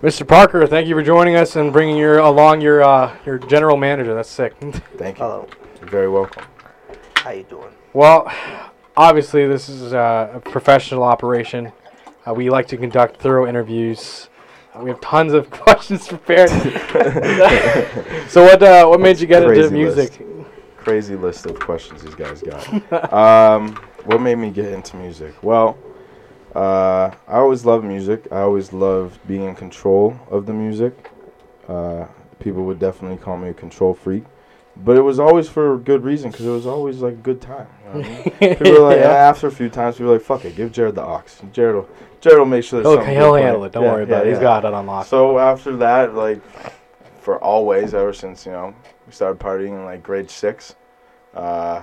Mr. Parker, thank you for joining us and bringing your along your uh, your general manager. That's sick. Thank you. Uh-huh. Hello. You're very welcome. Oh, How you doing? well, obviously this is uh, a professional operation. Uh, we like to conduct thorough interviews. Uh, we have tons of questions prepared. so what uh, what made you get into Crazy music? Crazy list of questions these guys got. um, what made me get into music? Well, uh, I always loved music. I always loved being in control of the music. Uh, people would definitely call me a control freak. But it was always for a good reason because it was always like a good time. you know what I mean? People were like, Yeah. after a few times, people were like, "Fuck it, give Jared the ox. Jared, will, Jared will make sure there's He'll, something." he'll good handle playing." it. Don't Yeah, worry yeah, about it. He's yeah. got it unlocked. So after that, like for always, ever since you know we started partying in like grade six, uh,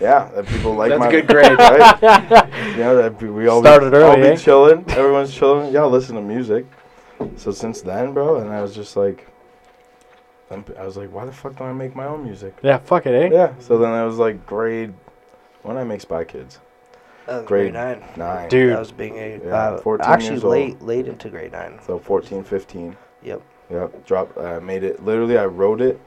yeah, that people like That's my a good grade. right? you know that we always Started I'll early, be eh? chilling, everyone's chilling. Yeah, listen to music. So since then, bro, and I was just like, I'm- I was like, why the fuck don't I make my own music? yeah, fuck it, eh? Yeah. So then I was like, grade. When did I make Spy Kids, That was Grade Oh, grade nine. nine. Dude. That was being a Yeah, uh, 14 actually years old. late late into grade nine. So 14, 15. Yep. Yep. Drop. I made it. Literally, I wrote it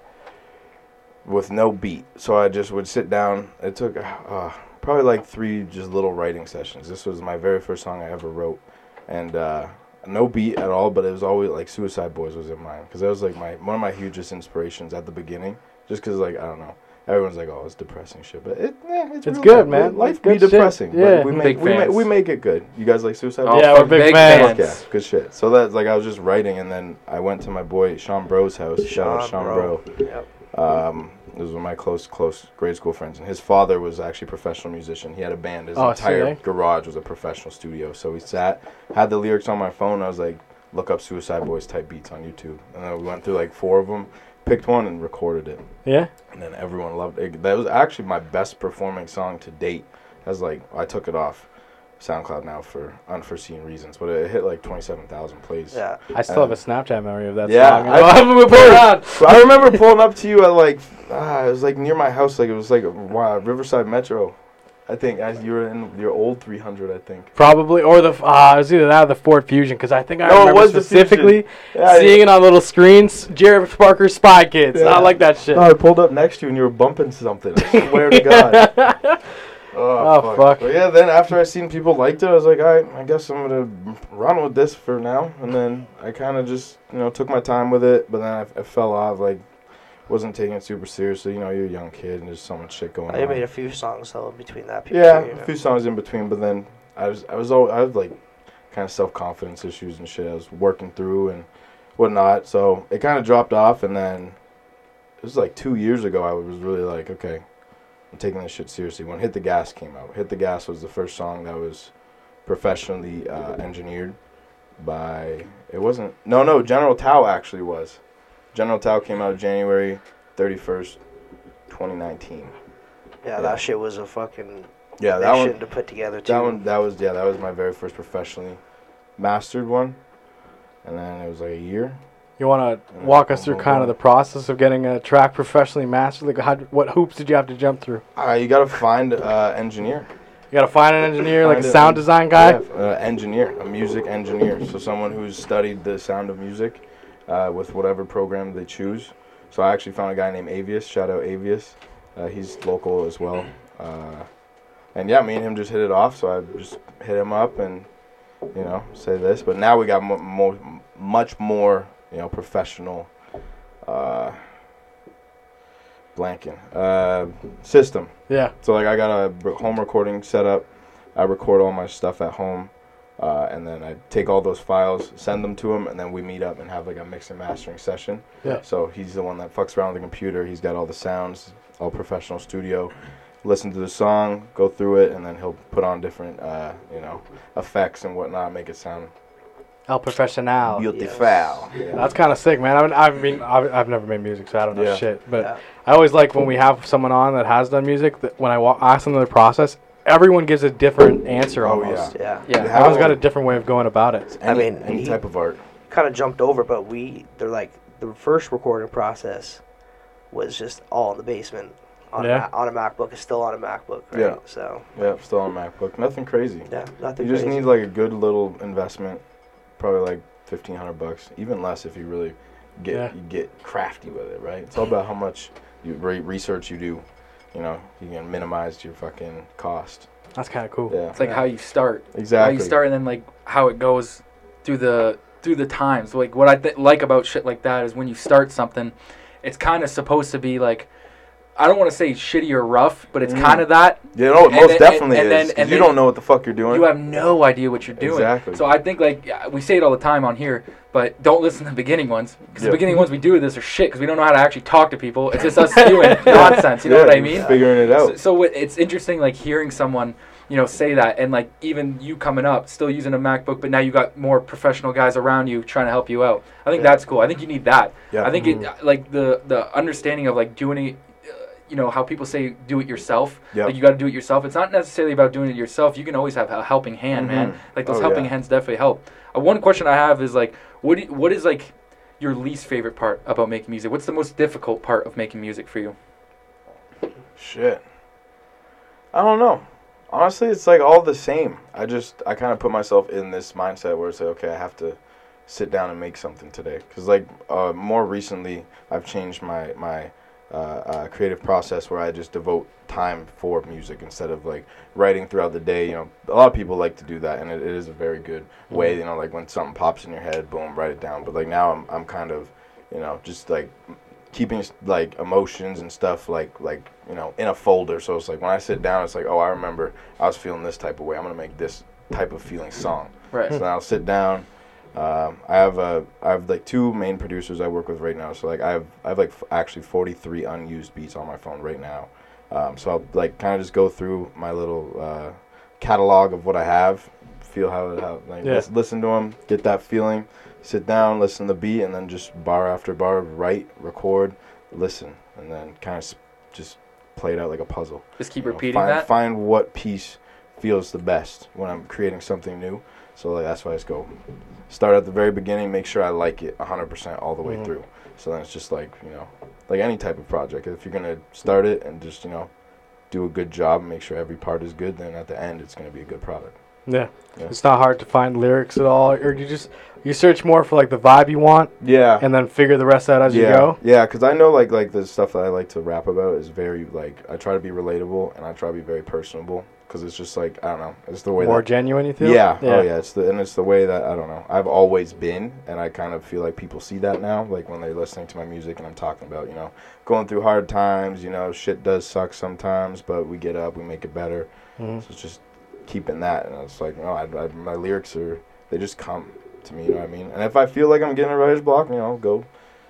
with no beat. So I just would sit down. It took uh, probably like three just little writing sessions. This was my very first song I ever wrote, and uh, no beat at all. But it was always like Suicide Boys was in mind because that was like my one of my hugest inspirations at the beginning. Just because like I don't know. Everyone's like, "Oh, it's depressing shit," but it, eh, it's, It's real good, life. man. Life Good be shit. depressing, Yeah. but we Big Oh, make, we, make, fans. we make it good. You guys like Suicide Boys? Yeah, we're fuck, Oh, big fans. Yeah, good shit. So that like I was just writing, and then I went to my boy Sean Bro's house. Shout out Sean Bro. Yep. Um, it was one of my close close grade school friends, and his father was actually a professional musician. He had a band. His Oh, entire sick. garage was a professional studio. So we sat, had the lyrics on my phone. I was like, look up Suicide Boys type beats on YouTube, and then we went through like four of them, picked one, and recorded it. Yeah. And then everyone loved it. That was actually my best performing song to date. I was like, I took it off SoundCloud now for unforeseen reasons, but it hit like 27,000 plays. Yeah. I still have a Snapchat memory of that Yeah, song. I- I haven't been put it on. So I remember pulling up to you at like, ah, it was like near my house, like it was like wow, Riverside Metro. I think as you were in your old 300, I think. Probably, or the f- ah, it was either that or the Ford Fusion because I think I No, it remember was the Fusion. specifically Yeah, seeing it on little screens. Jared Parker Spy Kids. Yeah. Uh, I like that shit. No, I pulled up next to you and you were bumping something. I swear to God. Oh, fuck. But yeah, then after I seen people liked it, I was like, all right, I guess I'm gonna run with this for now. And then I kind of just, you know, took my time with it. But then I, I fell off, like, wasn't taking it super seriously. You know, you're a young kid and there's so much shit going I on. made a few songs though in between that period. yeah, you know. a few songs in between. But then I was, I was always, I had like, kind of self confidence issues and shit. I was working through and whatnot. So it kind of dropped off. And then it was like two years ago. I was really like, okay, I'm taking this shit seriously. When Hit the Gas came out, Hit the Gas was the first song that was professionally uh, engineered by. It wasn't. No, no, General Tao actually was. General Tao came out January 31st, 2019. yeah, yeah. that shit was a fucking Yeah, big that one. shit to put together too. That one, that was yeah, that was my very first professionally mastered one, and then it was like a year. You want to Yeah, walk us I'll through hold kind of on. the process of getting a track professionally mastered? Like, how, what hoops did you have to jump through? Uh, you gotta find uh, engineer. You got to find an engineer, like a Find a- sound design guy. Yeah, uh, engineer, a music engineer. So someone who's studied the sound of music uh, with whatever program they choose. So I actually found a guy named Avius. Shout out Avius. Uh, he's local as well. Uh, and yeah, me and him just hit it off. So I just hit him up and you know say this. But now we got mo- mo- much more you know professional. Uh, blanking uh, system Yeah. so like I got a b- home recording set up. I record all my stuff at home, uh, and then I take all those files, send them to him, and then we meet up and have like a mix and mastering session. Yeah. So he's the one that fucks around with the computer. He's got all the sounds, all professional studio. Listen to the song, go through it, and then he'll put on different, uh, you know, effects and whatnot, make it sound El Oh, Profesional. beautiful. Yeah. That's kind of sick, man. I mean, I mean I've, I've never made music, so I don't know Yeah. shit. But Yeah. I always like when we have someone on that has done music. That when I wa- ask them their process, everyone gives a different answer. Oh, almost. yeah. Yeah. Everyone's got a different way of going about it. Any, I mean, any he- type of art. Kind of jumped over, but we they're like the first recording process was just all in the basement on Yeah. a, Ma- on a MacBook. It's still on a MacBook, right? Yeah. So Yeah, still on MacBook. Nothing crazy. yeah, nothing. You just crazy. need like a good little investment, probably like fifteen hundred bucks, even less if you really get Yeah. you get crafty with it, right? It's all about how much you re- research you do. You know, you can minimize your fucking cost. That's kind of cool. Yeah, It's like how you start, how exactly. you start, and then like how it goes through the through the times. Like what I th- like about shit like that is when you start something, it's kind of supposed to be like. I don't want to say shitty or rough, but it's Mm. kind of that. You know, it and most then- definitely and then- is. 'cause and you then don't know what the fuck you're doing. You have no idea what you're doing. Exactly. So I think like yeah, we say it all the time on here, but don't listen to the beginning ones because Yeah. the beginning ones we do this are shit because we don't know how to actually talk to people. It's just us doing nonsense. You know Yeah, what I you're mean? Figuring it So, out. so it- it's interesting, like hearing someone, you know, say that, and like even you coming up, still using a MacBook, but now you got more professional guys around you trying to help you out. I think Yeah. that's cool. I think you need that. Yeah. I think it, like the the understanding of like doing it, uh, you know, how people say do it yourself. Yeah. Like you got to do it yourself. It's not necessarily about doing it yourself. You can always have a helping hand, Mhm. man. Like those Oh, helping yeah. hands definitely help. Uh, one question I have is like, what do you- what is like your least favorite part about making music? What's the most difficult part of making music for you? Shit. I don't know. Honestly, it's like all the same. I just I kind of put myself in this mindset where it's like, okay, I have to sit down and make something today. Cause like uh, more recently, I've changed my my uh, uh, creative process where I just devote time for music instead of like writing throughout the day. You know, a lot of people like to do that, and it, it is a very good way. You know, like when something pops in your head, boom, write it down. But like now, I'm I'm kind of you know just like keeping like emotions and stuff like like you know in a folder so it's like when i sit down it's like oh i remember i was feeling this type of way i'm gonna make this type of feeling song Right. so then i'll sit down um, i have uh, i have like two main producers i work with right now so like i have i have like f- actually 43 unused beats on my phone right now um, so i'll like kind of just go through my little uh, catalog of what i have feel how, how like Yeah. lis- listen to them get that feeling sit down, listen to the beat, and then just bar after bar, write, record, listen, and then kind of just play it out like a puzzle. Just keep You know, repeating find, that. Find what piece feels the best when I'm creating something new. So like, that's why I just go start at the very beginning, make sure I like it 100% all the way Mhm. through. So then it's just like, you know, like any type of project. If you're going to start it and just, you know, do a good job and make sure every part is good, then at the end it's going to be a good product. Yeah. Yeah. It's not hard to find lyrics at all, or you just you search more for like the vibe you want, Yeah. and then figure the rest out as yeah, you go. Yeah, because I know like like the stuff that I like to rap about is very like I try to be relatable and I try to be very personable because it's just like I don't know, it's the way More that. genuine, you feel? Yeah, oh yeah, it's the and it's the way that I don't know. I've always been, and I kind of feel like people see that now, like when they're listening to my music and I'm talking about you know going through hard times. You know, shit does suck sometimes, but we get up, we make it better. Mhm. So it's just keeping that, and it's like, no, I, I, my lyrics are they just come to me. You know what I mean? And if I feel like I'm getting a writer's block, you know, go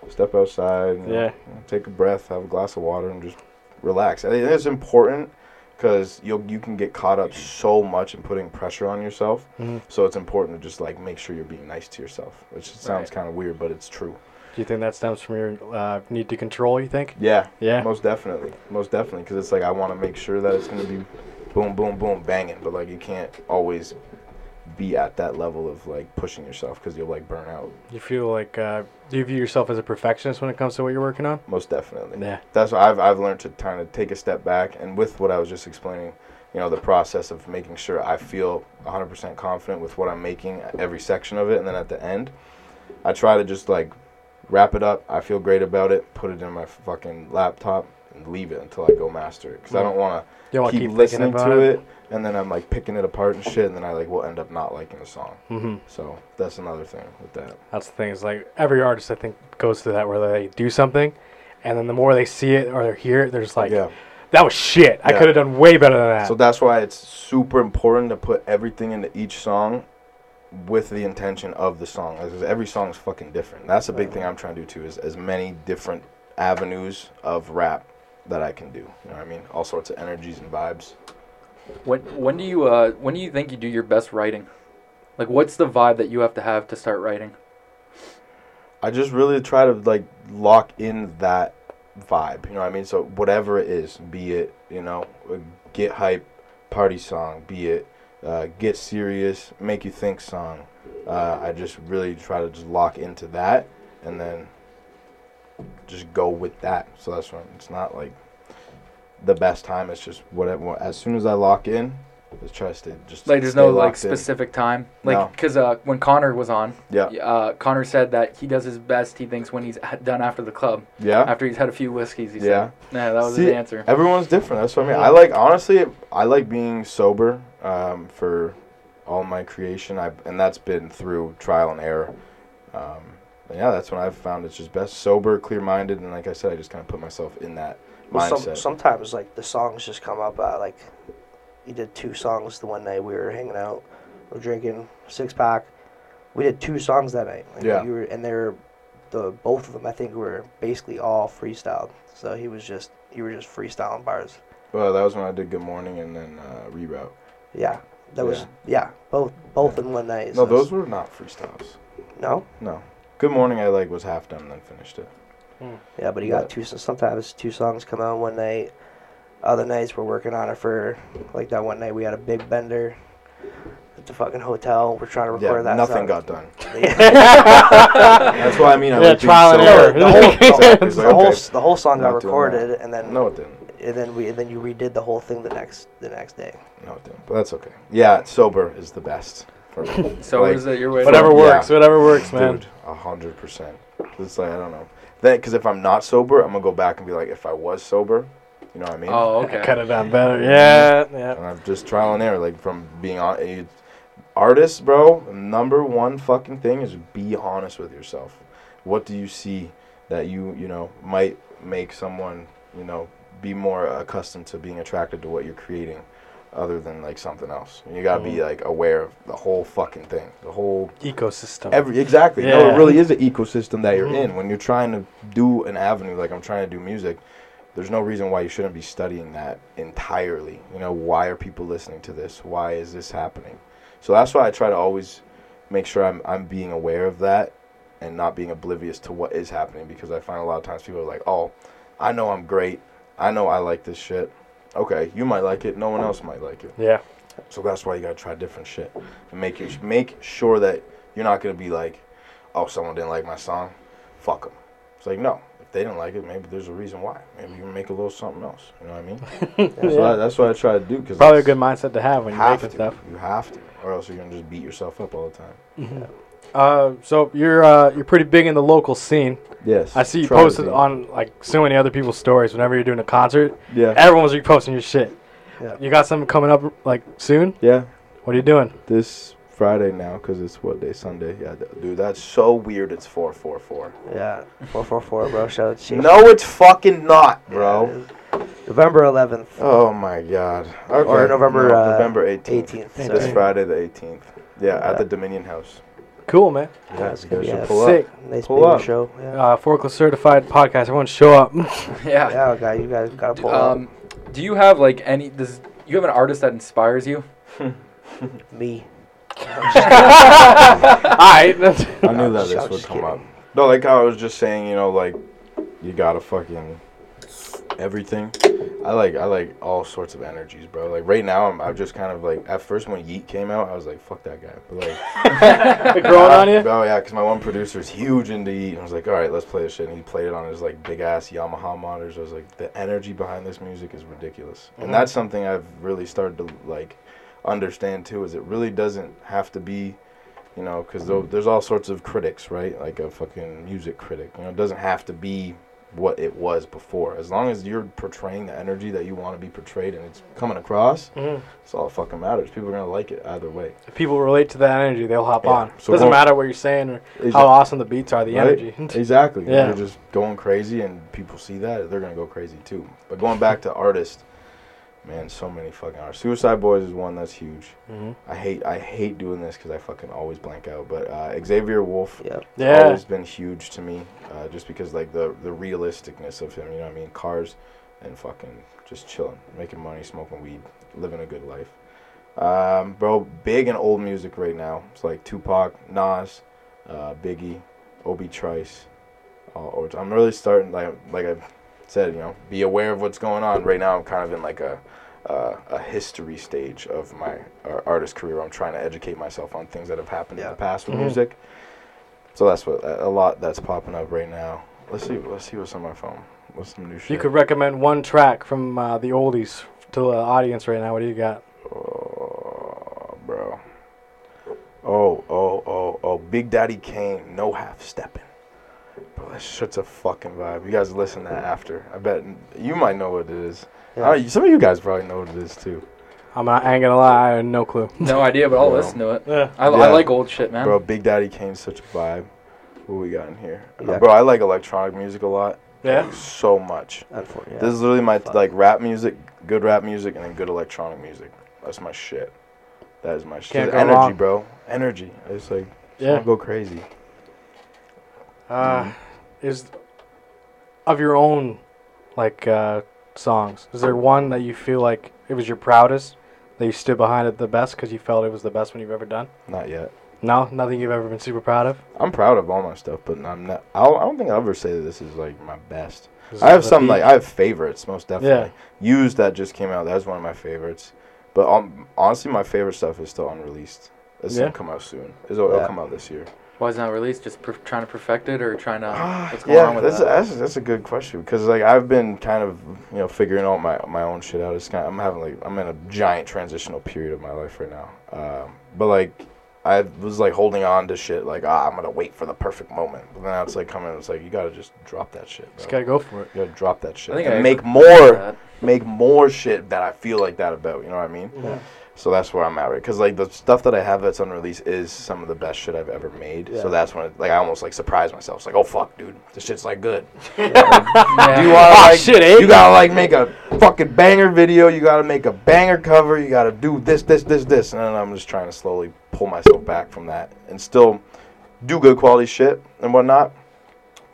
step outside, you know, Yeah. you know, take a breath, have a glass of water, and just relax. I think it's important because you you can get caught up so much in putting pressure on yourself. Mhm. So it's important to just like make sure you're being nice to yourself, which sounds Right. kind of weird, but it's true. Do you think that stems from your uh, need to control? You think? Yeah, Yeah. most definitely, most definitely, because it's like I want to make sure that it's gonna be boom, boom, boom, banging, but like you can't always be at that level of like pushing yourself because you'll like burn out. You feel like uh, do you view yourself as a perfectionist when it comes to what you're working on? Most definitely. Yeah. that's what I've I've learned to kind of take a step back and with what I was just explaining, you know, the process of making sure I feel 100% confident with what I'm making at every section of it, and then at the end, I try to just like wrap it up. I feel great about it. Put it in my fucking laptop and leave it until I go master it because I don't want Mm. You don't to want to keep keep, listening thinking about to it. and then I'm like picking it apart and shit, and then I like will end up not liking the song. hmm So that's another thing with that. That's the thing. Is like every artist I think goes through that where they do something, and then the more they see it or they hear it, they're just like, yeah. "That was shit. I Yeah. could have done way better than that." So that's why it's super important to put everything into each song with the intention of the song. Because every song is fucking different. That's a big thing I'm trying to do too, is as many different avenues of rap that I can do. You know what I mean? All sorts of energies and vibes. When when do you uh when do you think you do your best writing? Like what's the vibe that you have to have to start writing? I just really try to like lock in that vibe. You know what I mean? So whatever it is, be it you know, a get hype party song, be it uh, get serious, make you think song. Uh, I just really try to just lock into that, and then just go with that. So that's when it's not like the best time. It's just whatever. As soon as I lock in, Just try to stay. Just Like, there's stay no like locked in. specific time. No. Like, because uh, when Connor was on, Yeah. uh, Connor said that he does his best. He thinks when he's at- done after the club, Yeah. after he's had a few whiskeys. He Yeah. said, "Yeah, that was See, his answer." Everyone's different. That's what I mean. I like honestly. I like being sober um, for all my creation. I and that's been through trial and error. Um, and yeah, that's when I've found it's just best sober, clear-minded, and like I said, I just kind of put myself in that Well, mindset. some, sometimes like the songs just come up. Uh, like you did two songs the one night we were hanging out, we are drinking six pack. We did two songs that night. Like, Yeah. You were and they're the both of them I think were basically all freestyled. So he was just you were just freestyling bars. well, that was when I did Good Morning and then uh, Reroute. Yeah. That was Yeah. yeah. Both both in one night. No, so those it's- were not freestyles. no. No. Good Morning, I like was half done, then finished it. Yeah, but he Yeah. got two. Sometimes two songs come out one night. Other nights we're working on it for like that one night we had a big bender at the fucking hotel. We're trying to record Yeah, that. nothing song. got done. the, That's why I mean. I Yeah, like being trial and sober. error. the whole, Exactly. It's the like, whole okay. s- the whole song got Not doing that. recorded, and then No, it didn't. and then we and then you redid the whole thing the next the next day. No, it didn't. But that's okay. Yeah, sober is the best. For me. So like, is it your way? Whatever Yeah. works, whatever works, man. Dude, a hundred percent. It's like I don't know. Then, because if I'm not sober, I'm gonna go back and be like, if I was sober, you know what I mean? Oh, I okay. could have done better. Yeah, yeah. And I'm just trial and error, like from being on. you- Artists, bro, number one fucking thing is be honest with yourself. What do you see that you you know might make someone you know be more accustomed to being attracted to what you're creating, other than like something else. You gotta be Mhm. like aware of the whole fucking thing, the whole Ecosystem. Every exactly. No, it Yeah. really is an ecosystem that you're Mhm. in. When you're trying to do an avenue, like I'm trying to do music, there's no reason why you shouldn't be studying that entirely. You know, why are people listening to this? Why is this happening? So that's why I try to always make sure I'm I'm being aware of that and not being oblivious to what is happening because I find a lot of times people are like, Oh, I know I'm great. I know I like this shit. Okay, you might like it, no one else might like it. yeah. So that's why you gotta try different shit and make it, make sure that you're not gonna be like, oh, someone didn't like my song, fuck them. It's like no, if they didn't like it, maybe there's a reason why. Maybe you can make a little something else. You know what I mean? That's, what I, that's what I try to do because Probably a good mindset to have when you're have making to. stuff. You have to, or else you're gonna just beat yourself up all the time. Uh, so you're uh, you're pretty big in the local scene. Yes. I see you try to posted be. on like so many other people's stories whenever you're doing a concert. Yeah. Everyone's reposting your shit. Yeah. You got something coming up like soon? Yeah. What are you doing? This Friday now because it's what day? Sunday. Yeah, th- dude, that's so weird. It's four four four. Yeah, four four four, bro. Shout out to you. No, it's fucking not, Yeah, bro. it is. November eleventh, Oh my God! Okay. Or November, uh, November eighteenth. eighteenth. This Friday the eighteenth. Yeah, at Yeah. the Dominion House. Cool, man. Yeah, it's you gonna guys be should a pull sick up. Nice Pull big up. show. Yeah. uh, forklift certified podcast. Everyone show up. Yeah. yeah, guy, you guys gotta pull Um, do you have like any? Does you have an artist that inspires you? up. Me. All right. That's, I knew I'm that just- this I'm would just come kidding. up. No, like I was just saying, you know, like you gotta fucking everything. I like I like all sorts of energies, bro. Like right now, I'm I'm just kind of like at first when Yeet came out, I was like, fuck that guy. But like it growing on you? Oh yeah, because my one producer is huge into Yeet, and I was like, all right, let's play this shit. And he played it on his like big ass Yamaha monitors. I was like, the energy behind this music is ridiculous, Mhm. and that's something I've really started to like understand too. Is it really doesn't have to be, you know, because there's all sorts of critics, right? Like a fucking music critic, you know, it doesn't have to be what it was before. As long as you're portraying the energy that you want to be portrayed and it's coming across, Mhm. that's all that fucking matters. People are gonna like it either way. If people relate to that energy, they'll hop Yeah. on. So Doesn't won't- matter what you're saying or Is how it- awesome the beats are. The Right? energy. Exactly. Yeah. They're just going crazy, and people see that they're gonna go crazy too. But going back to artists, man, so many fucking artists. Suicide Boys is one that's huge. Mhm. I hate I hate doing this because I fucking always blank out. But uh, Xavier Wolf Yeah. Yeah. always been huge to me, uh, just because like the the realisticness of him. You know what I mean? Cars and fucking just chilling, making money, smoking weed, living a good life. Um, bro, big and old music right now. It's like Tupac, Nas, uh, Biggie, Obi Trice. All, or I'm really starting like like I said, you know, be aware of what's going on. Right now, I'm kind of in like a uh, a history stage of my uh, artist career. I'm trying to educate myself on things that have happened in Yeah. the past with Mhm. music. So that's what a a lot that's popping up right now. Let's see. Let's see what's on my phone. What's some new If shit? you could recommend one track from uh, the oldies to the audience right now, what do you got? Oh, oh, Big Daddy Kane, no half stepping. Bro, that shit's a fucking vibe. You guys listen to that after. I bet you might know what it is. Yeah. Uh, some of you guys probably know what it is too. I'm not I ain't gonna lie, I have no clue. No idea, but I'll Well, listen to it. Yeah. I, yeah. I like old shit, man. Bro, Big Daddy Kane's such a vibe. What we got in here? Uh, Yeah. bro, I like electronic music a lot. Like, so much. Unfortunately, This is literally my Fuck. like rap music, good rap music, and then good electronic music. That's my shit. That is my shit. Can't go energy, wrong. bro. Energy. It's like just Yeah. wanna go crazy. Uh, is of your own like uh, songs. Is there one that you feel like it was your proudest that you stood behind it the best because you felt it was the best one you've ever done? Not yet. No, nothing you've ever been super proud of. I'm proud of all my stuff, but I'm not. I'll, I don't think I'll ever say that this is like my best. Is I it have the some beat? like I have favorites most definitely. Used that just came out. That was one of my favorites. But um, honestly, my favorite stuff is still unreleased. It's Yeah. gonna come out soon. It's, it'll Yeah. come out this year. Why it's not released? Just per- trying to perfect it or trying to what's going on Ah, yeah, with that's, that? that's that's a good question because like I've been kind of you know figuring out my my own shit out. It's kind of, I'm having like I'm in a giant transitional period of my life right now. Um, but like I was like holding on to shit like ah I'm gonna wait for the perfect moment. But then now it's like coming. It's like you gotta just drop that shit. Just Bro. gotta go for it. You gotta drop that shit I think and I make agree more That. make more shit that I feel like that about. You know what I mean? Yeah. So that's where I'm at, right? Because like the stuff that I have that's unreleased is some of the best shit I've ever made. Yeah. So that's when it, like I almost like surprise myself. It's like, oh fuck, dude, this shit's like good. Yeah. You wanna, Ah, like, shit, eh? You gotta like make a fucking banger video. You gotta make a banger cover. You gotta do this, this, this, this, and then I'm just trying to slowly pull myself back from that and still do good quality shit and whatnot,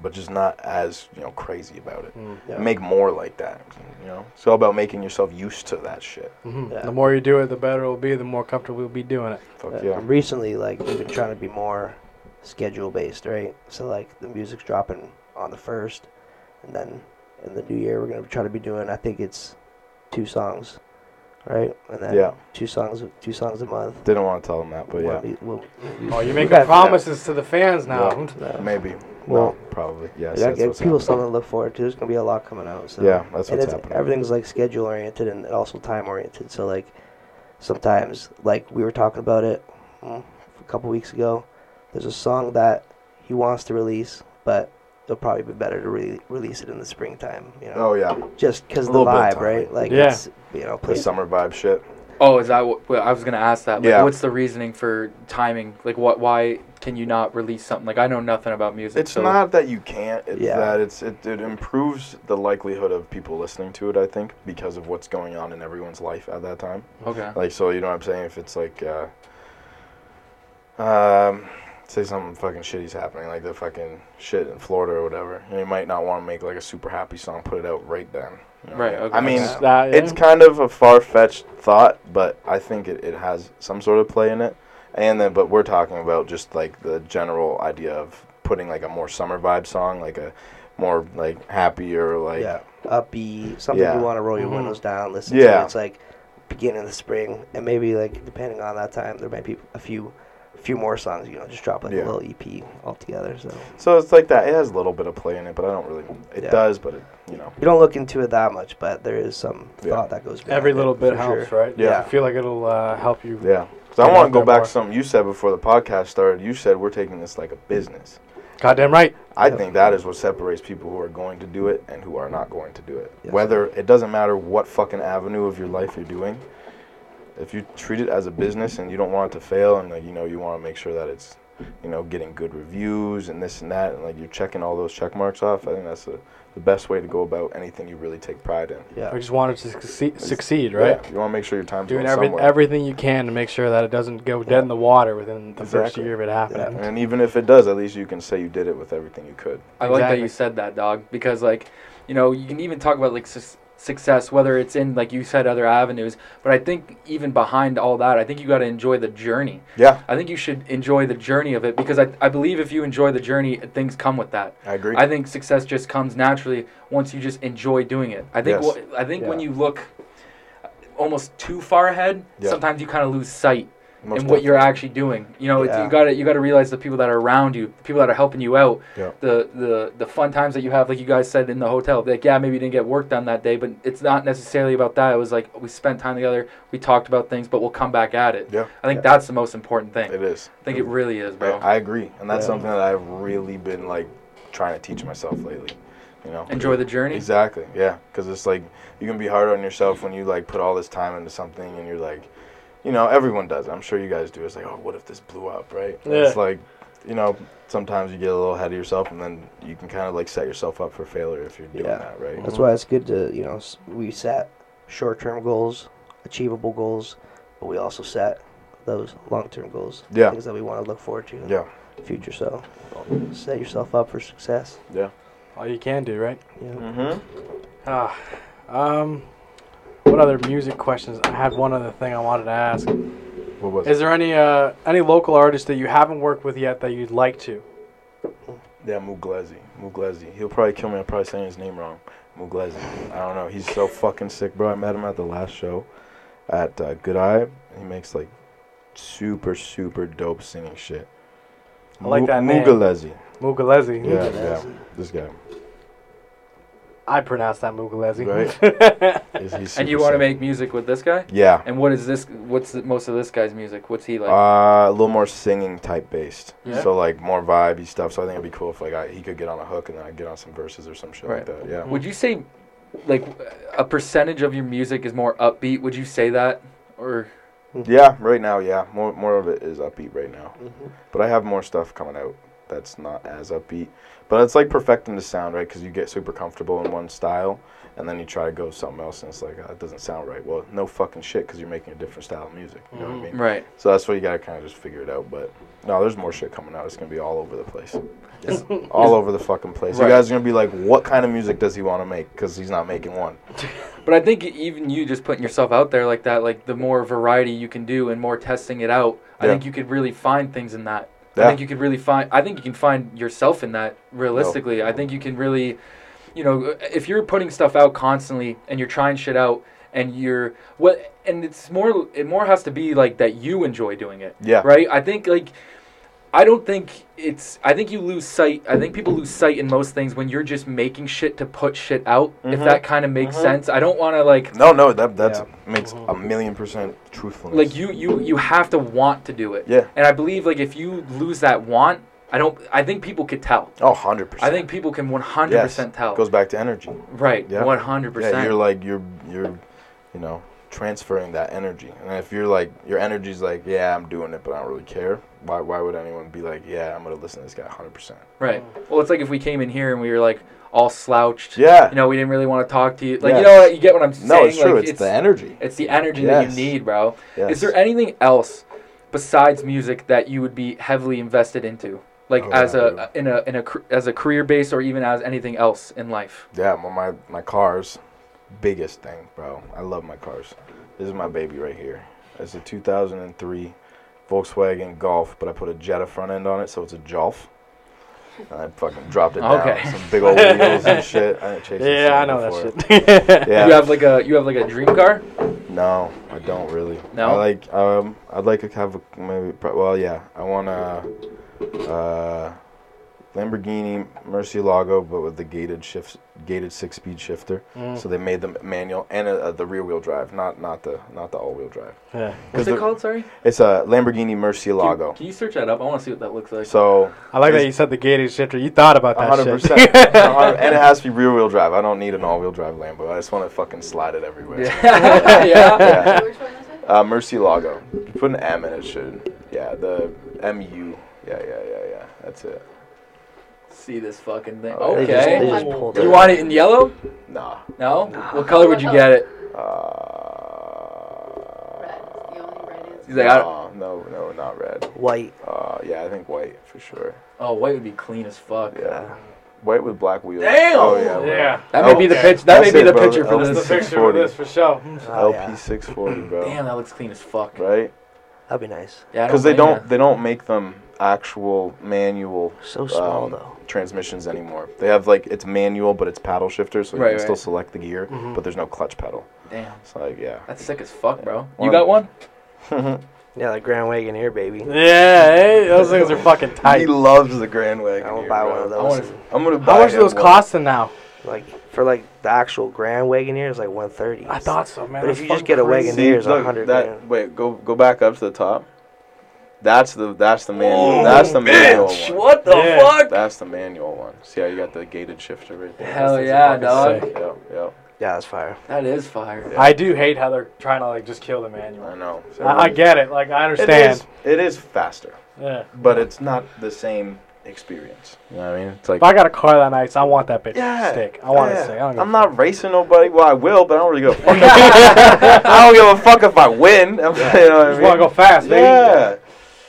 but just not as you know crazy about it. Mm. Yeah. Make more like that. You know, it's all about making yourself used to that shit. Mhm. Yeah. The more you do it, the better it'll be. The more comfortable you'll be doing it. Fuck Yeah. yeah. Uh, Recently, like we've been trying to be more schedule based, right? So like the music's dropping on the first, and then in the new year we're gonna try to be doing. I think it's two songs, right? And then Yeah. two songs, two songs a month. Didn't want to tell them that, but yeah. We'll- we'll- Oh, you're we making gotta- promises to the fans now. Yeah. yeah. Maybe. Well- no, probably. Yes. Yeah, that's give what's people happening. something to look forward to. There's gonna be a lot coming out. So. Yeah, that's and what's it's happening. everything's like schedule oriented and also time oriented. So like sometimes, like we were talking about it mm, a couple weeks ago. There's a song that he wants to release, but it'll probably be better to re- release it in the springtime. You know, Oh yeah, just because a of the little bit of vibe, time. right? Like Yeah. it's you know, the play summer vibe shit. Oh, is that what well, I was gonna ask that? Like, Yeah. What's the reasoning for timing? Like, what? Why can you not release something? Like, I know nothing about music. It's so not that you can't. It's Yeah. that it's it, it improves the likelihood of people listening to it. I think because of what's going on in everyone's life at that time. okay. Like so, you know what I'm saying? If it's like, uh, um, say something fucking shitty's happening, like the fucking shit in Florida or whatever, you might not want to make like a super happy song, put it out right then. You know what Right, I mean? okay. I mean, Yeah. Just that, yeah. It's kind of a far fetched thought, but I think it, it has some sort of play in it. And then, but we're talking about just like the general idea of putting like a more summer vibe song, like a more like happier, like yeah, upbeat, something Yeah. you want to roll your Mhm. windows down, listen Yeah. to. It's like beginning of the spring, and maybe like depending on that time, there might be a few, a few more songs. You know, just drop like Yeah. a little EP altogether. So So it's like that. It has a little bit of play in it, but I don't really. It Yeah. does, but it, you know. you don't look into it that much, but there is some Yeah. thought that goes. behind every it, little bit for helps, sure. right? Yeah. I feel like it'll uh, help you. Yeah. So I Get out want to go there back more. to something you said before the podcast started. You said we're taking this like a business. Goddamn right. I Yeah. think that is what separates people who are going to do it and who are not going to do it. Yes. Whether it doesn't matter what fucking avenue of your life you're doing, if you treat it as a business and you don't want it to fail and like you know you want to make sure that it's you know getting good reviews and this and that and like you're checking all those check marks off, I think that's the the best way to go about anything you really take pride in. I Yeah, just wanted to succeed, succeed right? Yeah, you want to make sure your time's Doing going every, somewhere. everything you can to make sure that it doesn't go dead in the water within the first Exactly. year of it happening. Yeah. and even if it does, at least you can say you did it with everything you could. I like that Exactly. you said that, dog, because like, you know, you can even talk about like sus success, whether it's in like you said other avenues. But I think even behind all that, I think you got to enjoy the journey. Yeah, I think you should enjoy the journey of it because I, I believe if you enjoy the journey, things come with that. I agree. I think success just comes naturally once you just enjoy doing it. I think Yes. wh- I think when Yeah. you look almost too far ahead, Yeah. sometimes you kind of lose sight Most and what you're definitely. actually doing. You know, it's, Yeah. you got to you got to realize the people that are around you, the people that are helping you out, Yeah. the the the fun times that you have, like you guys said in the hotel. Like, yeah, maybe you didn't get work done that day, but it's not necessarily about that. It was like we spent time together, we talked about things, but we'll come back at it. Yeah. I think Yeah. that's the most important thing. It is. I think it really is, I, bro. I agree, and that's Yeah. something that I've really been like trying to teach myself lately. You know. Enjoy the journey. Exactly. Yeah, because it's like you can be hard on yourself when you like put all this time into something, and you're like, you know, everyone does. it. I'm sure you guys do. It's like, oh, what if this blew up, right? And It's Yeah. like, you know, sometimes you get a little ahead of yourself, and then you can kind of like set yourself up for failure if you're doing Yeah. that, right? That's why it's good to, you know, s- we set short term goals, achievable goals, but we also set those long term goals. Yeah. Things that we want to look forward to in Yeah. the future. So set yourself up for success. All you can do, right? You know? Mm-hmm. Ah, um, what other music questions? I had one other thing I wanted to ask. What was Is there any uh any local artists that you haven't worked with yet that you'd like to? it? Yeah, Muglezi. Muglezi. He'll probably kill me. I'm probably saying his name wrong. Muglezi. I don't know. He's so fucking sick, bro. I met him at the last show at uh, Good Eye. He makes like super, super dope singing shit. I like that name. Muglezi. Mugalezi. Yeah, Look at yeah. that. This guy. I pronounce that Mugalezi. Is, he's and you super want sick. to make music with this guy? Yeah. And what is this? What's the, most of this guy's music? What's he like? Uh, a little more singing type based. Yeah. So like more vibey stuff. So I think it'd be cool if like I, he could get on a hook and then I get on some verses or some shit like Right. that. Yeah. Would you say, like, a percentage of your music is more upbeat? Would you say that, or Yeah, right now, yeah. More more of it is upbeat right now. Mhm. But I have more stuff coming out that's not as upbeat. But it's like perfecting the sound, right? Because you get super comfortable in one style, and then you try to go something else, and it's like "Ah, that doesn't sound right. Well, no fucking shit, because you're making a different style of music. You know what I Mhm. mean? right? So that's why you gotta kind of just figure it out. But no, there's more shit coming out. It's gonna be all over the place, Is- all over the fucking place. Right. You guys are gonna be like, what kind of music does he want to make? Because he's not making one. But I think even you just putting yourself out there like that, like the more variety you can do and more testing it out, I Yeah. think you could really find things in that. I Yeah. think you could really find. I think you can find yourself in that. Realistically, I think you can really, you know, if you're putting stuff out constantly and you're trying shit out and you're what, and it's more. It more has to be like that you enjoy doing it. Yeah. right? I think like I don't think it's I think you lose sight I think people lose sight in most things when you're just making shit to put shit out. If Mhm. that kind of makes Mhm. sense. I don't want to like No, no, that that's Yeah. makes Mhm. a million percent truthfulness. like you you you have to want to do it. Yeah. And I believe like if you lose that want, I don't I think people could tell. Oh, 100%. I think people can 100% tell. Goes back to energy. right. Yeah. 100%. Yeah, you're like you're you're you know transferring that energy, and if you're like your energy's like yeah I'm doing it, but I don't really care. Why why would anyone be like yeah I'm gonna listen to this guy 100 percent? Right. Well, it's like if we came in here and we were like all slouched. Yeah. You know, we didn't really want to talk to you. Like you Yes. know what, you get what I'm saying? No, it's true. Like, it's, the energy. It's the energy Yes. that you need, bro. Yes. Is there anything else besides music that you would be heavily invested into, like Oh, as yeah. a in a in a cr- as a career base or even as anything else in life? Yeah, well, my my cars, biggest thing, bro. I love my cars. This is my baby right here. It's a 2003 Volkswagen Golf, but I put a Jetta front end on it, so it's a Jolf. And I fucking dropped it down. Okay. Some big old wheels and shit. I didn't chase this yeah, I know before. that shit. Yeah. You have like a you have like a dream car. No, I don't really. No? I like um, I'd like to have a maybe. pro- Well, yeah, I want a uh, Lamborghini Murcielago, but with the gated shifts, gated six-speed shifter. Mm, So they made the manual and uh, the rear-wheel drive, not not the not the all-wheel drive. yeah. What's 'Cause it the- called? Sorry. It's a Lamborghini Can, Murcielago. can you search that up? I want to see what that looks like. So I like that Is- you said the gated shifter. You thought about that 100, shit. percent and it has to be rear-wheel drive. I don't need an all-wheel drive Lambo. I just want to fucking slide it everywhere. yeah. yeah. Yeah. Which one is it? Uh, Mercy Lago. You put an M in it, should. Yeah, the MU. Yeah, yeah, yeah, yeah. That's it. See this fucking thing. Oh, They just- they Okay. just pulled You it. want it in yellow? Nah. No. What color would you get it? Uh, Red. It's the only red answer. He's like, I- nah, no, no, not red. White. Uh, yeah, I think white for sure. Oh, white would be clean as fuck. Yeah, white with black wheels. Damn! Oh yeah. right. That may be the Okay. pitch. That may That's be it, the brother. picture for That's this. the picture. for this, for sure. Oh, LP yeah. six forty, bro. Damn, that looks clean as fuck. Right? That'd be nice. Yeah. I Because they blame ya. don't they don't make them actual manual So small Um, though. transmissions anymore. They have like it's manual, but it's paddle shifter, so you Right, can still right. select the gear, Mhm. but there's no clutch pedal. Damn. It's like yeah. That's sick as fuck, bro. One You got of one? Yeah, the Grand Wagon here, baby. Yeah, hey, those things are fucking tight. He loves the Grand Wagon. I will here, buy bro. one of I wanna- those. and, I'm gonna buy. How much do him those one. costing now? like for like the actual Grand Wagoneer is like one thirty. I thought so, man. But That's if you just fucking get a crazy. wagon- See, Wagoneer's look, 100 that- grand. Wait, go go back up to the top. That's the that's the manual. Oh, that's the manual bitch, one. What the Yeah. fuck? That's the manual one. See how you got the gated shifter right there. Hell That's yeah, fucking dog. sick. Yep, yep. Yeah, that's fire. That is fire. I do hate how they're trying to like just kill the manual. I know. I, I get it. Like I It understand. is, it is faster, Yeah. but it's not the same experience. You know what I mean? It's like If I got a car that night, I want that bitch yeah, to stick. I want it yeah. to stick. I don't give I'm a not racing nobody. Well, I will, but I don't really give a fuck. fuck. I don't give a fuck if I win. I'm- you know what I just want to mean? go fast, baby. Yeah.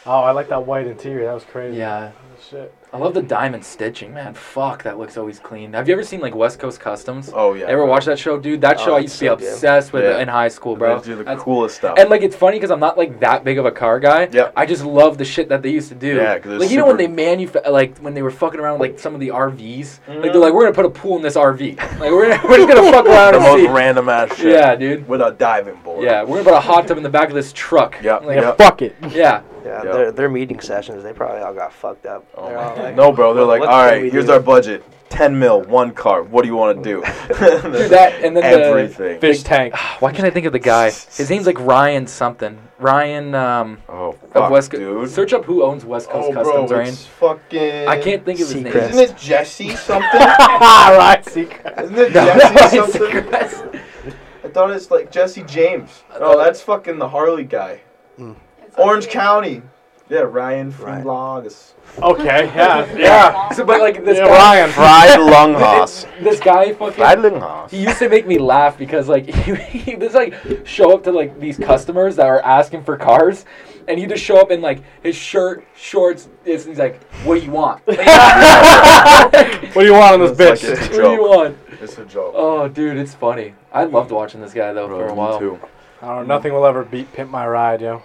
Oh, I like that white interior. That was crazy. Yeah. Shit. I love the diamond stitching, man. Fuck, that looks always clean. Have you ever seen like West Coast Customs? Oh yeah. Ever bro. watch that show, dude? That show Oh, I used to be so good. obsessed with Yeah. in high school, They bro. do the That's- coolest stuff. And like it's funny because I'm not like that big of a car guy. Yep. I just love the shit that they used to do. Yeah, 'cause it's like you know when they super- manufa- like when they were fucking around with, like some of the RVs. Like Mhm. they're like we're gonna put a pool in this RV. Like we're gonna, we're just gonna fuck around the and most see. random ass shit. Yeah, dude. With a diving board. Yeah, we're gonna put a hot tub in the back of this truck. Yep. Like, Yeah, Yep. fuck it. Yeah. Yeah, Yeah. their their meeting sessions they probably all got fucked up. Oh They're my all God. like, no, bro. They're like, what all can right, we here's do?" our budget: ten mil, one car. What do you want to do? Do that and then the- everything. Fish tank. Why can't I think of the guy? His name's like Ryan something. Ryan um oh of fuck, West Coast. dude. Search up who owns West Coast oh, bro, Customs, Ryan. it's fucking. I can't think of his Seacrest. name. Isn't it Jesse something? Ryan Seacrest. Isn't it No, Jesse no, it's something? Seacrest. I thought it's like Jesse James. thought- Oh, that's fucking the Harley guy. Orange County. Yeah, Ryan Ryan. Flintlong. Okay. Yeah. Yeah. So, but like this yeah guy, Ryan. Fried Lunghaus. this guy fucking Lunghaus. He used to make me laugh because like he, he just like show up to like these customers that are asking for cars, and he just show up in like his shirt, shorts, this, and he's like, "What do you want? what What do you want on this It's bitch? like do you want?" It's a joke. Oh, dude, it's funny. I loved watching this guy though for a while. I don't know. Nothing will ever beat Pimp My Ride, yo.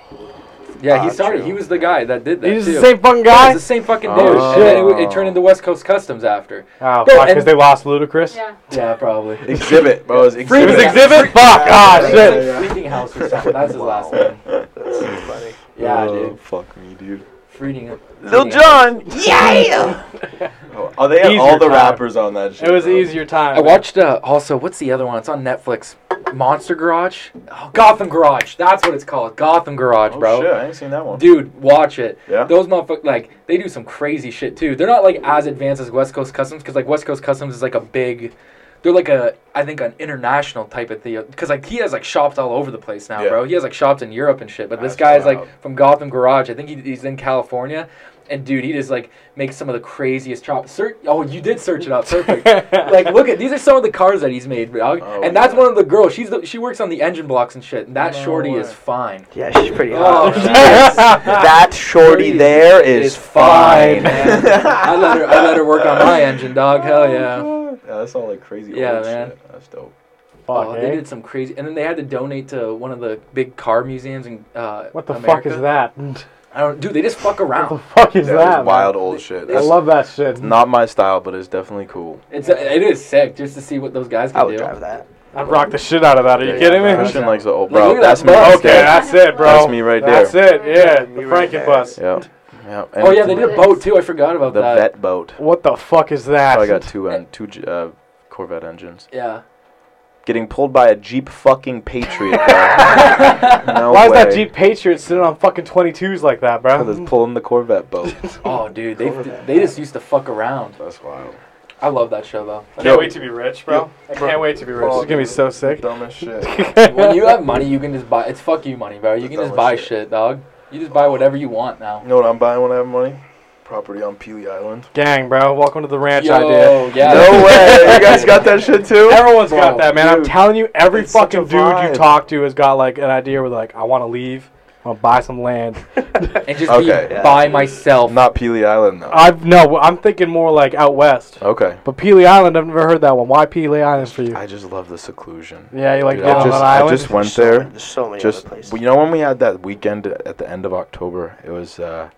Yeah, he Ah, started. true. He was the guy that did that. He's too. the same fucking Yeah, guy. it's the same fucking dude. Oh, and then it, w- shit. it turned into West Coast Customs after. Oh, Bro, fuck, and- because they lost Ludacris. Yeah. Yeah, probably. Exhibit, bro. It's Freak exhibit. was exhibit. Fuck. Ah, Yeah, shit. yeah, yeah. Freaking house or something. That's his last name. That's so funny. Yeah, Oh, dude. Fuck me, dude. Freaking. Lil freaking- John. Yeah. oh, they had Easier all the time. rappers on that shit. It was bro. easier time. I watched uh, also what's the other one? It's on Netflix. Monster Garage, oh, Gotham Garage. That's what it's called. Gotham Garage, Oh, bro. shit, I ain't seen that one. Dude, watch it. Yeah? Those motherfuckers, like, they do some crazy shit too. They're not like as advanced as West Coast Customs because like West Coast Customs is like a big. They're like a, I think an international type of thing because like he has like shops all over the place now, Yeah. bro. He has like shops in Europe and shit. But this That's guy is wild. like from Gotham Garage. I think he, he's in California, and dude, he just like makes some of the craziest chops. Search, oh, you did search it up, perfect like look at these are some of the cars that he's made, dog. Oh, and that's yeah. one of the girls. She's the, she works on the engine blocks and shit. And that No shorty way. is fine. Yeah, she's pretty Oh, hot. that shorty Freak there is It's fine. fine. man. I let her I let her work on my engine, dog. Hell yeah. yeah, that's all like crazy Yeah, old man. shit. That's dope. Fuck, Oh, eh? they did some crazy, and then they had to donate to one of the big car museums in uh, What the fuck America. is that? What I don't, dude. They just fuck the around. fuck is Yeah, that? it's man? wild old shit. I That's love that shit. not my style, but it's definitely cool. It's it is sick just to see what those guys can I would do. drive that. I'd rock the shit out of that. Are you Yeah, kidding yeah, me? Christian likes the old Like, bro. look at that's that me. bus. Okay, Okay. that's it, bro. That's me right there. That's it. Yeah, the Me right Franken there. bus. Yep. Yep. Oh yeah, they did a Yes. boat too. I forgot about the that. vet boat. What the fuck is that? Probably got two en- two j- uh, Corvette engines. Yeah. Getting pulled by a Jeep fucking Patriot. bro. no Why is that way. Jeep Patriot sitting on fucking 22s like that, Oh, bro? That's pulling the Corvette boat. Oh dude, they they just used to fuck around. that's wild. I love that show though. Can't wait to be rich, bro. I can't wait to be rich. This is gonna be so sick. Dumbest shit. when you have money, you can just buy. It's fuck you money, bro. You Just can buy just my buy shit. shit, dog. You just buy whatever you want now. You know what I'm buying when I have money? Property on Pelee Island. Gang, bro. Welcome to the ranch Yo, idea. yeah. No way. You guys got that shit too? Everyone's Bro, got that, man. I'm dude, telling you, every it's such a fucking dude you vibe. talk to has got like an idea where like, I want to leave, I want to buy some land. And just Okay. be Yeah. by myself. Not Pelee Island though. I've no, I'm thinking more like out west. okay. But Pelee Island, I've never heard that one. Why Pelee Island for you? I just love the seclusion. Yeah, you like Dude, being I on just, an I island. just There's went so many- there. There's so many Just other places. you know when we had that weekend at the end of October, it was uh,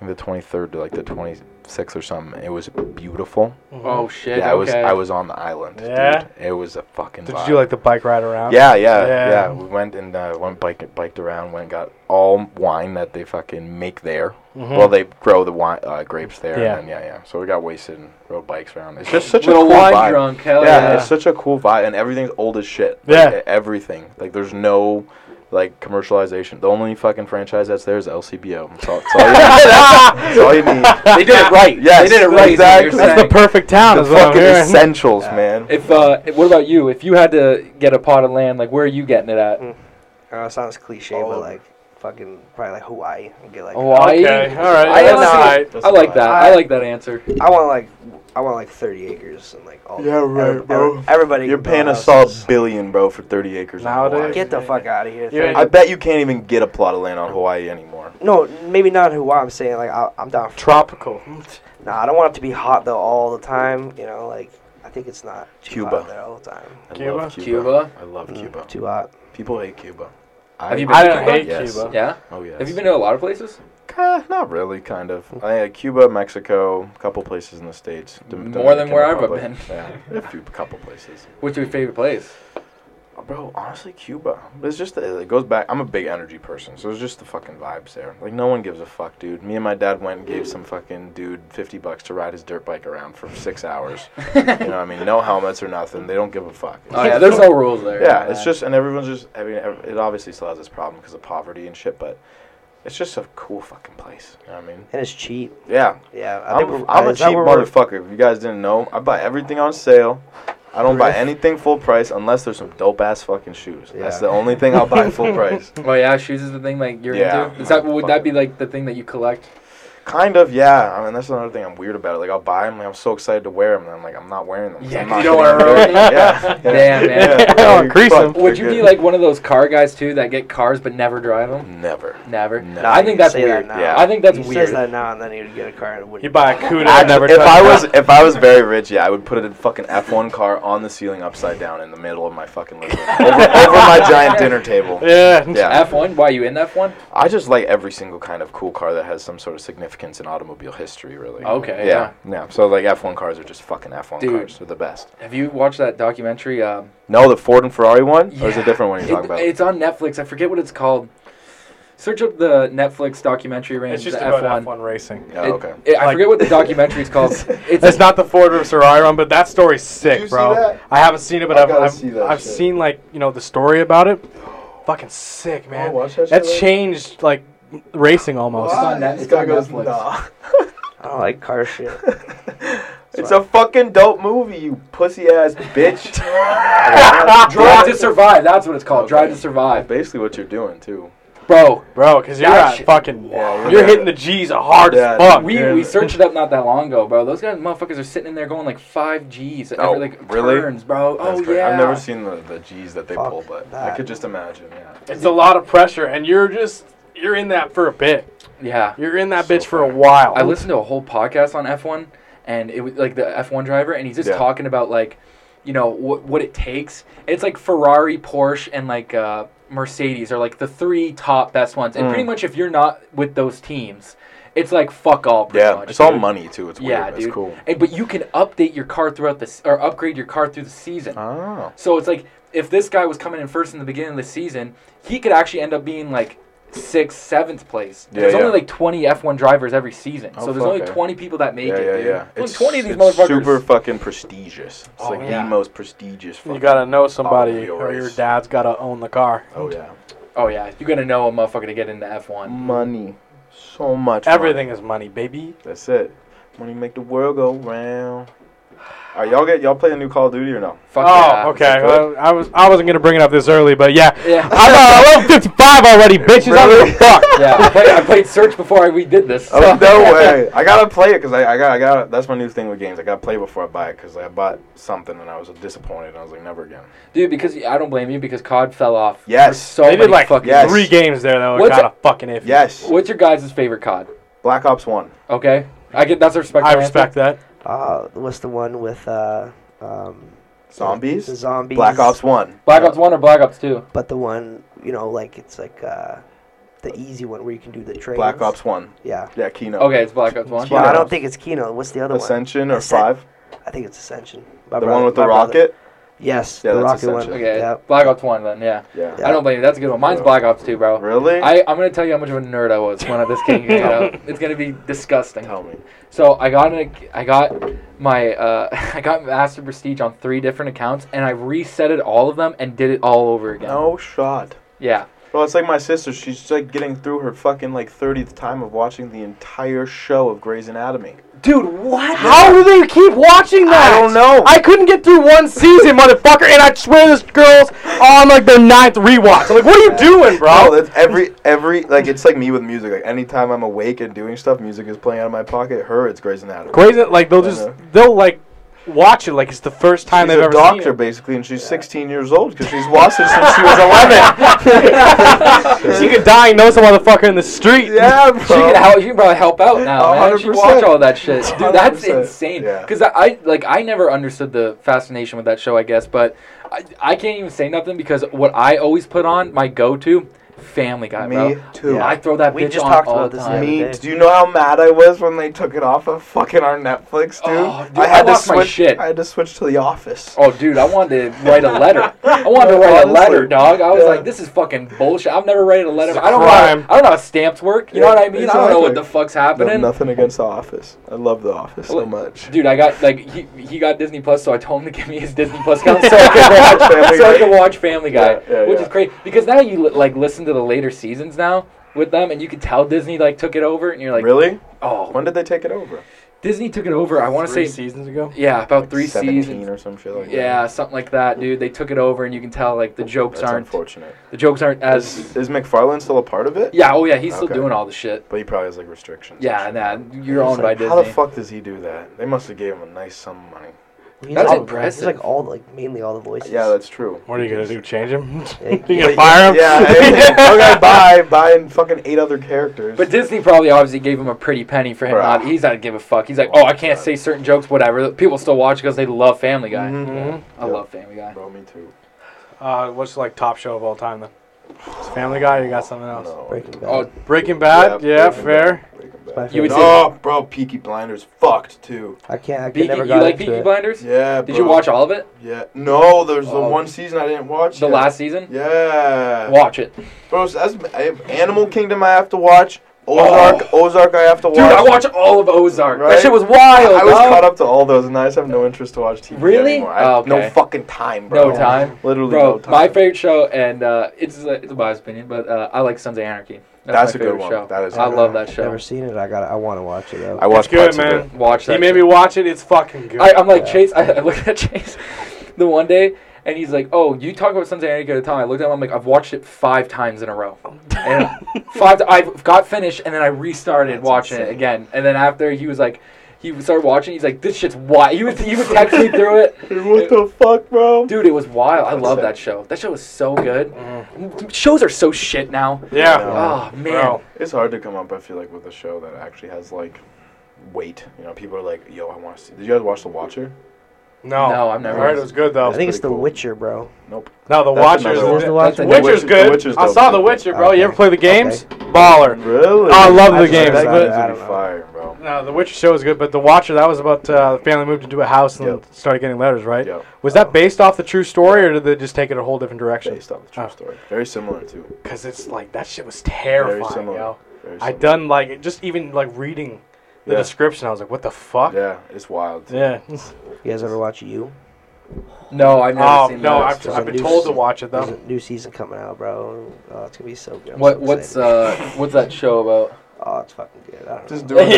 I think the 23rd to like the 20, six or something. It was beautiful. Oh shit! Yeah, okay. I was I was on the island. Yeah? dude. It was a fucking. Did vibe. you do like the bike ride around? Yeah, yeah, Yeah. yeah. We went and uh, went bike, biked around. Went and got all wine that they fucking make there. Mhm. Well, they grow the wine uh, grapes there. Yeah. Yeah, and then, yeah, yeah. So we got wasted and rode bikes around. It's just such a little cool wine vibe. drunk. Hell Yeah, yeah. it's such a cool vibe, and everything's old as shit. Yeah. e- everything. Like, there's no like commercialization. The only fucking franchise that's there is LCBO. That's all, that's all you need. That's all you need. They did it right. Yes, they did it right. is what you're exactly. That's the saying. perfect town. The is what I'm fucking hearing. essentials, man. If uh, what about you? If you had to get a pot of land, like where are you getting it at? Uh, sounds cliche, Oh. but like fucking probably like Hawaii. and Get like Hawaii. Okay, all right. I, that's honestly- all right. I like that. I I- like that answer. I want like I want like 30 acres and like all. Yeah, right, every- bro. every- everybody. You're can paying build a solid houses. billion, bro, for 30 acres. in Nowadays? Hawaii. Get the fuck out of here. You're in- I bet you can't even get a plot of land on Hawaii anymore. No, maybe not Hawaii. I'm saying like I, I'm down. For, Tropical. nah, I don't want it to be hot though all the time. You know, like I think it's not too Cuba. hot there all the time. I Cuba? love Cuba? I love Mm, Cuba. Too hot. People hate Cuba. Have you been I to don't Cuba? hate Yes. Cuba. Yeah. Oh yes. Have you been to a lot of places? Eh, not really. Kind of. I, uh, Cuba, Mexico, a couple places in the states. D- More Dominican than where I've Republic. been. Yeah, a few, couple places. What's your favorite place? Oh, Bro, honestly, Cuba. It's just the, it goes back. I'm a big energy person, so it's just the fucking vibes there. Like no one gives a fuck, dude. Me and my dad went and gave some fucking dude 50 bucks to ride his dirt bike around for six hours. you know, what I mean, no helmets or nothing. They don't give a fuck. Oh yeah, there's no rules there. Yeah, it's just and everyone's just. I mean, ev- it obviously still has its problem because of poverty and shit, but it's just a cool fucking place. You know what I mean, And it's cheap. yeah, Yeah, I I'm, think we're, I'm uh, a is that cheap where we're- motherfucker. If you guys didn't know, I buy everything on sale. I don't buy Really? anything full price unless there's some dope ass fucking shoes. That's Yeah. the only thing I'll buy full price. Oh yeah, shoes is the thing like you're Yeah. into. Is that would that be like the thing that you collect? Kind of, yeah. I mean, that's another thing I'm weird about. It. Like, I'll buy them, like, I'm so excited to wear them, and I'm like, I'm not wearing them. 'cause Yeah, I'm not 'cause you don't getting them. wanna ruin it. Yeah, yeah. Damn, man. I don't wanna crease Fuck, 'em. Would you they're be good. like one of those car guys too that get cars but never drive them? never? Never. No. I think that's Say that weird. now. Yeah. I think that's he weird. says that now and then he'd get a car and it wouldn't. You buy a Cuda and never Actually, if touch I it. was if I was very rich, yeah, I would put a fucking F1 car on the ceiling upside down in the middle of my fucking living room, over, over my giant dinner table. Yeah. Yeah. F1? Why you in F1? I just like every single kind of cool car that has some sort of significance in automobile history, really. Okay, Yeah. Yeah. So like F1 cars are just fucking F1 Dude. cars. They're the best. Have you watched that documentary? Um, No, the Ford and Ferrari one, or is it yeah. a different one you're It- talking about? It's on Netflix. I forget what it's called. Search up the Netflix documentary range. It's just the about F1. F1 racing. oh, It- okay. it- I Like- forget what the documentary's called. It's It's not the Ford versus Ferrari one, but that story's sick, you see bro. that? I haven't seen it, but I I've gotta I've, see that I've shit. seen like you know the story about it. Fucking sick, Oh, man. watch Oh, that shit That's later. changed like racing almost. It's on Net- it's on Netflix. I don't like car shit. It's a fucking dope movie, you pussy ass bitch. Drive to Survive. That's what it's called. Drive to Okay. Survive, Basically, what you're doing too. bro. Bro, because you're That at shit- fucking, Yeah, you're yeah. hitting the G's hard Yeah, as fuck. We Yeah. we searched it up not that long ago, bro. Those guys, motherfuckers, are sitting in there going like five G's. at Oh, every, like, really? Turns, bro. That's oh crazy. yeah. I've never seen the, the G's that they Fuck pull, but I that. could just imagine. Yeah. it's a lot of pressure, and you're just you're in that for a bit. Yeah. You're in that So bitch for a far. while. I listened to a whole podcast on F1, and it was like the F1 driver, and he's just Yeah. talking about like, you know, what what it takes. It's like Ferrari, Porsche, and like uh, Mercedes are like the three top best ones, and Mm. pretty much if you're not with those teams, it's like fuck all. Pretty Yeah. much, It's all dude. money too. It's weird. Yeah, but dude. It's cool. And, but you can update your car throughout the s- or upgrade your car through the season. Oh. So it's like if this guy was coming in first in the beginning of the season, he could actually end up being like sixth, seventh place. Yeah, there's yeah. only like 20 F1 drivers every season, Oh, so there's fuck, only eh? 20 people that make Yeah, it. yeah, dude. yeah. There's only 20 of these it's motherfuckers. super fucking prestigious. It's Oh, like yeah. the most prestigious. Fucking you gotta know somebody, automobile or your race. dad's gotta own the car. Oh yeah. oh yeah, you gotta know a motherfucker to get into F1. Mm. Money. So much. money. Everything is money, baby. That's it. Money make the world go round. All right, y'all get y'all play the new Call of Duty or no? Fuck yeah. oh, okay. Good. Well, I was I wasn't gonna bring it up this early, but yeah, Yeah. I'm, uh, level 55 already, bitches. I'm Really? the fuck. yeah, I played, I played Search before I, we did this. Oh no way! I gotta play it because I, I got I got that's my new thing with games. I gotta play before I buy it because I bought something and I was disappointed and I was like never again. Dude, because I don't blame you because COD fell off. for Yes. So They did many like fucking. Yes. three games there though. What's Kind of fucking iffy. Yes, What's your guys' favorite COD? Black Ops One. Okay, I get that's a respect. I respect that. Uh, what's the one with uh, um, Zombies? The zombies. Black Ops One. Black Ops One or Black Ops Two? But the one you know, like it's like uh, the easy one where you can do the trades. Black Ops One. Yeah. Yeah, Kino. Okay, it's Black Ops One. Black Well, I Ops. don't think it's Kino. What's the other Ascension or Ascent- Five? one? I think it's Ascension. The My brother- one with the my brother- rocket. Yes, Yeah, the that's rocket one. Ascension. Okay, Yeah. Black Ops One then. Yeah. Yeah. Yeah. I don't blame you. That's a good one. Mine's Yeah. Black Ops Two, bro. Really? I, I'm gonna tell you how much of a nerd I was when this game came out. It's gonna be disgusting. Tell me. So I got an, ac- I got my uh, I got Master Prestige on three different accounts, and I resetted all of them and did it all over again. No shot. Yeah. Well, it's like my sister. She's like getting through her fucking like thirtieth time of watching the entire show of Grey's Anatomy. Dude, what? How do they keep watching that? I don't know. I couldn't get through one season, motherfucker, and I swear this girl's on like their ninth rewatch. I'm like, what are you doing, bro? Bro, Oh, that's every every like it's like me with music. Like anytime I'm awake and doing stuff, music is playing out of my pocket. Her, it's Grey's Anatomy. Crazy, like they'll just Uh-huh. they'll like watch it like it's the first time she's they've a ever doctor seen it. basically, and she's 16 years old because she's watched it since she was 11. she could diagnose a motherfucker in the street. yeah, She bro. can help. She can probably help out now. A Man. hundred She watch percent. all that shit, dude. That's 100%. insane. Yeah. Because I, I like I never understood the fascination with that show. I guess, but I, I can't even say nothing because what I always put on my go-to Family Guy, Me bro. too. I throw that We bitch just on talked all about the this time. the Me, other day. do you know how mad I was when they took it off of fucking our Netflix, dude? Oh, dude, I to lost my switch. shit. I had to switch to The Office. Oh, dude, I wanted to write a letter. I wanted to write a Honestly. letter, dog. I was Yeah. like, this is fucking bullshit. I've never written a letter. It's a I don't know. crime. How, I don't know how stamps work. You know Yeah, what I mean? I don't know what exactly. the fuck's No, happening. nothing against The Office. I love The Office so Well, much. Dude, I got like he, he got Disney Plus, so I told him to give me his Disney Plus account so I could watch, Family so I Guy. could watch Family Guy, Yeah, yeah, which yeah. is crazy because now you li- like listen to the later seasons now with them, and you could tell Disney like took it over, and you're like, really? Oh, When did they take it over? Disney took it over. I want to say, Three seasons ago. yeah, about three 17 seasons. or some shit like that. Yeah, something like that, dude. They took it over, and you can tell like the jokes That's aren't unfortunate. the jokes aren't as Is, is McFarlane still a part of it? Yeah, oh yeah, he's still Okay. doing all the shit. But he probably has like restrictions. and Yeah, shit. nah, you're It's owned like, by How the Disney. fuck does he do that? They must have gave him a nice sum of money. He's That's like, impressive. He's like all like mainly all the voices. Yeah, that's true. What are you gonna do? Change him? Yeah, you But gonna fire him? Yeah, hey, okay, bye, bye, and fucking eight other characters. But Disney probably obviously gave him a pretty penny for him Bruh. not. He's not give a fuck. He's like, oh, I can't say certain jokes, whatever. People still watch because they love Family Guy. Mhm. I love Family Guy. Bro, me too. Mm-hmm. Uh, what's like top show of all time then? It's Family Guy. Or you got something else? No. Breaking Bad. Oh, Breaking Bad. Yeah, Breaking fair. Bad, Breaking Bad. my You favorite. would say- No, Oh, bro, Peaky Blinders fucked too. I can't. I Peaky, can you never got like into Peaky it. Blinders? Yeah. Did you bro. watch all of it? Yeah. No, there's the Oh. one season I didn't watch. The yet. last season? Yeah. Watch it. Dude, Bro, so that's, I have Animal Kingdom I have to watch. Ozark, Ozark I have to watch. Oh. I watched all of Ozark. Right? That shit was I, wild. I was dog. caught up to all those, and I just have no interest to watch TV Really? anymore. I have Oh, No okay. fucking time, bro. No time. Literally Bro, no time. my favorite show, and uh, it's a, it's a biased opinion, but uh, I like Sons of Anarchy. That's my a good favorite one. Show. That is I good. love that show. Never seen it. I got. I want to watch it though. I watched It's good, parts of man. it. Watch that. He shit. made me watch it. It's fucking good. I, I'm like Yeah. Chase. I, I looked at Chase the one day, and he's like, "Oh, you talk about Sons of Anarchy at a time." I looked at him. I'm like, "I've watched it five times in a row, and five. ti- I got finished, and then I restarted That's watching it insane. again. And then after he was like, he started watching. He's like, "This shit's wild." He would he would text me through it. Dude, what the fuck, bro? Dude, it was wild. I That's love it. that show. That show was so good. Shows are so shit now. yeah. No. Oh man. Bro. It's hard to come up, I feel like, with a show that actually has, like, weight. You know, people are like, yo, I want to see. Did you guys watch The Watcher? No. No, I've never- I heard it was good I though. think it's pretty The cool. Witcher, bro. Nope. No, The That's Watchers. another Where's is- The That's Watcher? a- Witcher's The good. Witcher's I dope, saw The too. Witcher, bro. You ever Okay. play the games? Baller. Really? I love the just games, heard but- That about it, game's I gonna don't be know. fire, bro. No, The Witcher show was good, but The Watcher that was about uh, the family moved into a house and Yep. started getting letters, right? Yep. Was that based off the true story, or did they just take it a whole different direction? Oh. Based on the true Oh. story. Very similar, too. Because it's like that shit was Very terrifying, similar. yo. Very I similar. done like it- just even like reading the Yeah. description, I was like, what the fuck? Yeah, it's wild. Yeah. You guys ever watch You? No, I've never Oh seen no, that. I've, There's I've a been new told to season- watch it There's though. a new season coming out, bro. Oh, it's gonna be so good. I'm What so what's excited. uh what's that show about? Oh, it's fucking good. I don't Just know. do it.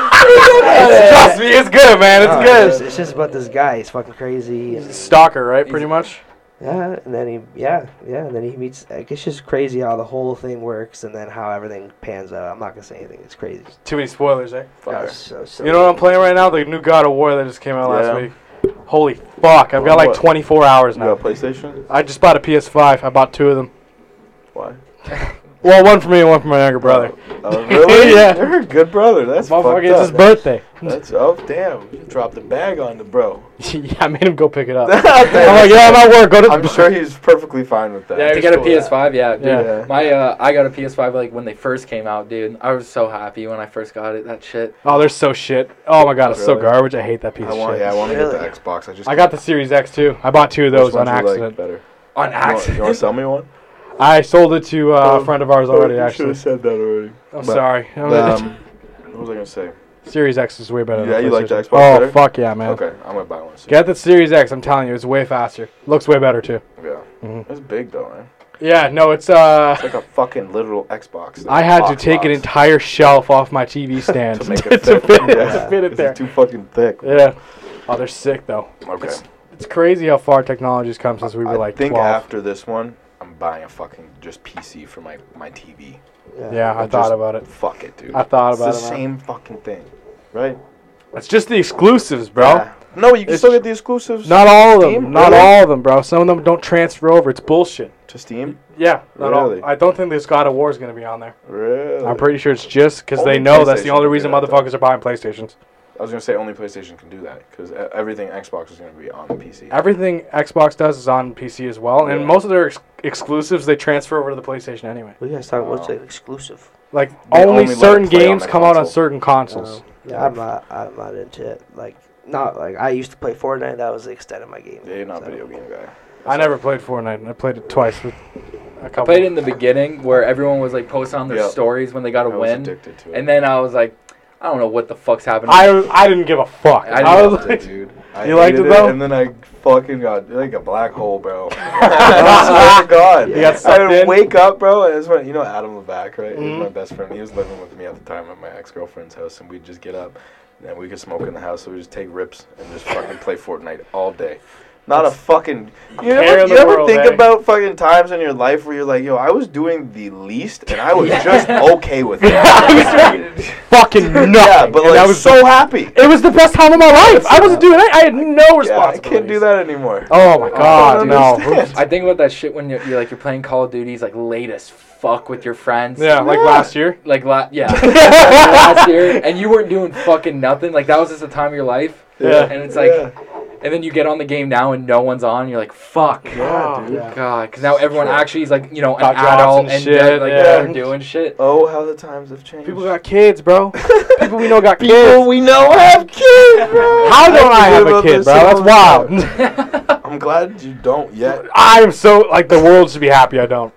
Trust me, it's good, man. It's No, good. Oh, It's just, it's just about this guy. He's fucking crazy. And, Stalker, right? Pretty much. yeah, and then he, yeah, yeah, and then he meets. Like, it's just crazy how the whole thing works, and then how everything pans out. I'm not gonna say anything. It's crazy. Too many spoilers, eh? Oh, Fire. it's so, so You know what I'm playing right now? The new God of War that just came out Yeah. last week. Holy fuck! I've got like What? 24 hours You now. got PlayStation? I just bought a PS5. I bought two of them. Why? Well, one for me and one for my younger brother. Oh, really? Yeah. You're a good brother. That's Motherfucker, fucked it's up. his birthday. That's oh damn! You dropped the bag on the bro. yeah, I made him go pick it up. I'm like, yeah, I'm at work. Go to. I'm sure he's perfectly fine with that. Yeah, to it's get a cool, PS5, yeah, dude. Yeah. Yeah. My uh, I got a PS5 like when they first came out, dude. I was so happy when I first got it. That shit. Oh, they're so shit. Oh my god, it's so Really? garbage. I hate that piece I of want. shit. Yeah, I want to Really? get the Xbox. I just. I got the Series X too. I bought two of Which those on one do you like accident. better. On You want, you want to accident. sell me one? I sold it to uh, Oh, a friend of ours already. Actually, have said that already. I'm But, sorry. Um, what was I gonna say? Series X is way better. Yeah, than you like the PlayStation. Xbox Oh better? fuck yeah, man. Okay, I'm gonna buy one. soon. Get the Series X. I'm telling you, it's way faster. Looks way better too. Yeah, Mhm. that's big though, man. Yeah, no, it's uh. It's like a fucking literal Xbox. I had to Xbox take an box entire shelf off my TV stand to make it to fit. fit it, Yeah. to fit it It's there. too fucking thick. Yeah. Oh, they're sick though. Okay. It's, it's crazy how far technology's come since we were I like think 12. after this one, I'm buying a fucking just PC for my my TV. yeah, I Just thought about it. Fuck it, dude. I thought it's the about it. man. same fucking thing, right? It's just the exclusives, bro. Yeah. No, you can It's- still get the exclusives Not all of them. Steam, Not really? all of them, bro. Some of them don't transfer over. It's bullshit. to Steam. Yeah, not Really? all. I don't think this God of War is going to be on there. Really? I'm pretty sure it's just because they Only know that's the PlayStation only can reason do that, though. motherfuckers are buying PlayStations. I was gonna say only PlayStation can do that because everything Xbox is gonna be on the PC. Everything Xbox does is on PC as well, and Yeah. most of their ex- exclusives they transfer over to the PlayStation anyway. What are you guys talking about? It's Wow. like exclusive. Like They only, only let it certain play on games the come out on console. certain consoles. Um, yeah, I'm not. I'm not into it. Like, not like I used to play Fortnite. That was the extent of my game. Yeah, you're not a so. video game guy. Oh. I never played Fortnite. I played it twice with a couple. I played it in the beginning where everyone was like posting on their Yeah. stories when they got a I was win, addicted to it. and then I was like, I don't know what the fuck's happening. I, I didn't give a fuck. I I, didn't was loved like, it, dude. I You liked hated it, though? and then I fucking got like a black hole, bro. I swear to God, You got I sucked would in? wake up, bro, and it's when you know Adam Levac, right? He Mhm. was my best friend. He was living with me at the time at my ex girlfriend's house, and we'd just get up, and then we could smoke in the house, so we just take rips and just fucking play Fortnite all day. Not a fucking. You care ever, in you the ever world, think eh? about fucking times in your life where you're like, yo, I was doing the least, and I was Yeah. just okay with it. fucking nothing. yeah, but And like, I I was so happy. It was the best time of my life. I wasn't doing that. I had no Yeah, I responsibility. can't do that anymore. Oh my god, don't no. understand. I think about that shit when you're, you're like you're playing Call of Duty's like late as fuck with your friends. Yeah, like last year. Like la- yeah, last year, and you weren't doing fucking nothing. Like that was just the time of your life. Yeah. And it's like, and then you get on the game now and no one's on. You're like, fuck. Yeah, dude. Yeah. God, because now everyone actually is like, you know, an Got jobs adult and and, shit, they're, like yeah. they're doing shit. Oh, how the times have changed. Oh, People got kids, bro. People we know got kids. we know have kids, bro. How don't I have a kid, bro? That's wild. I'm glad you don't yet. I'm so like the world should be happy. I don't.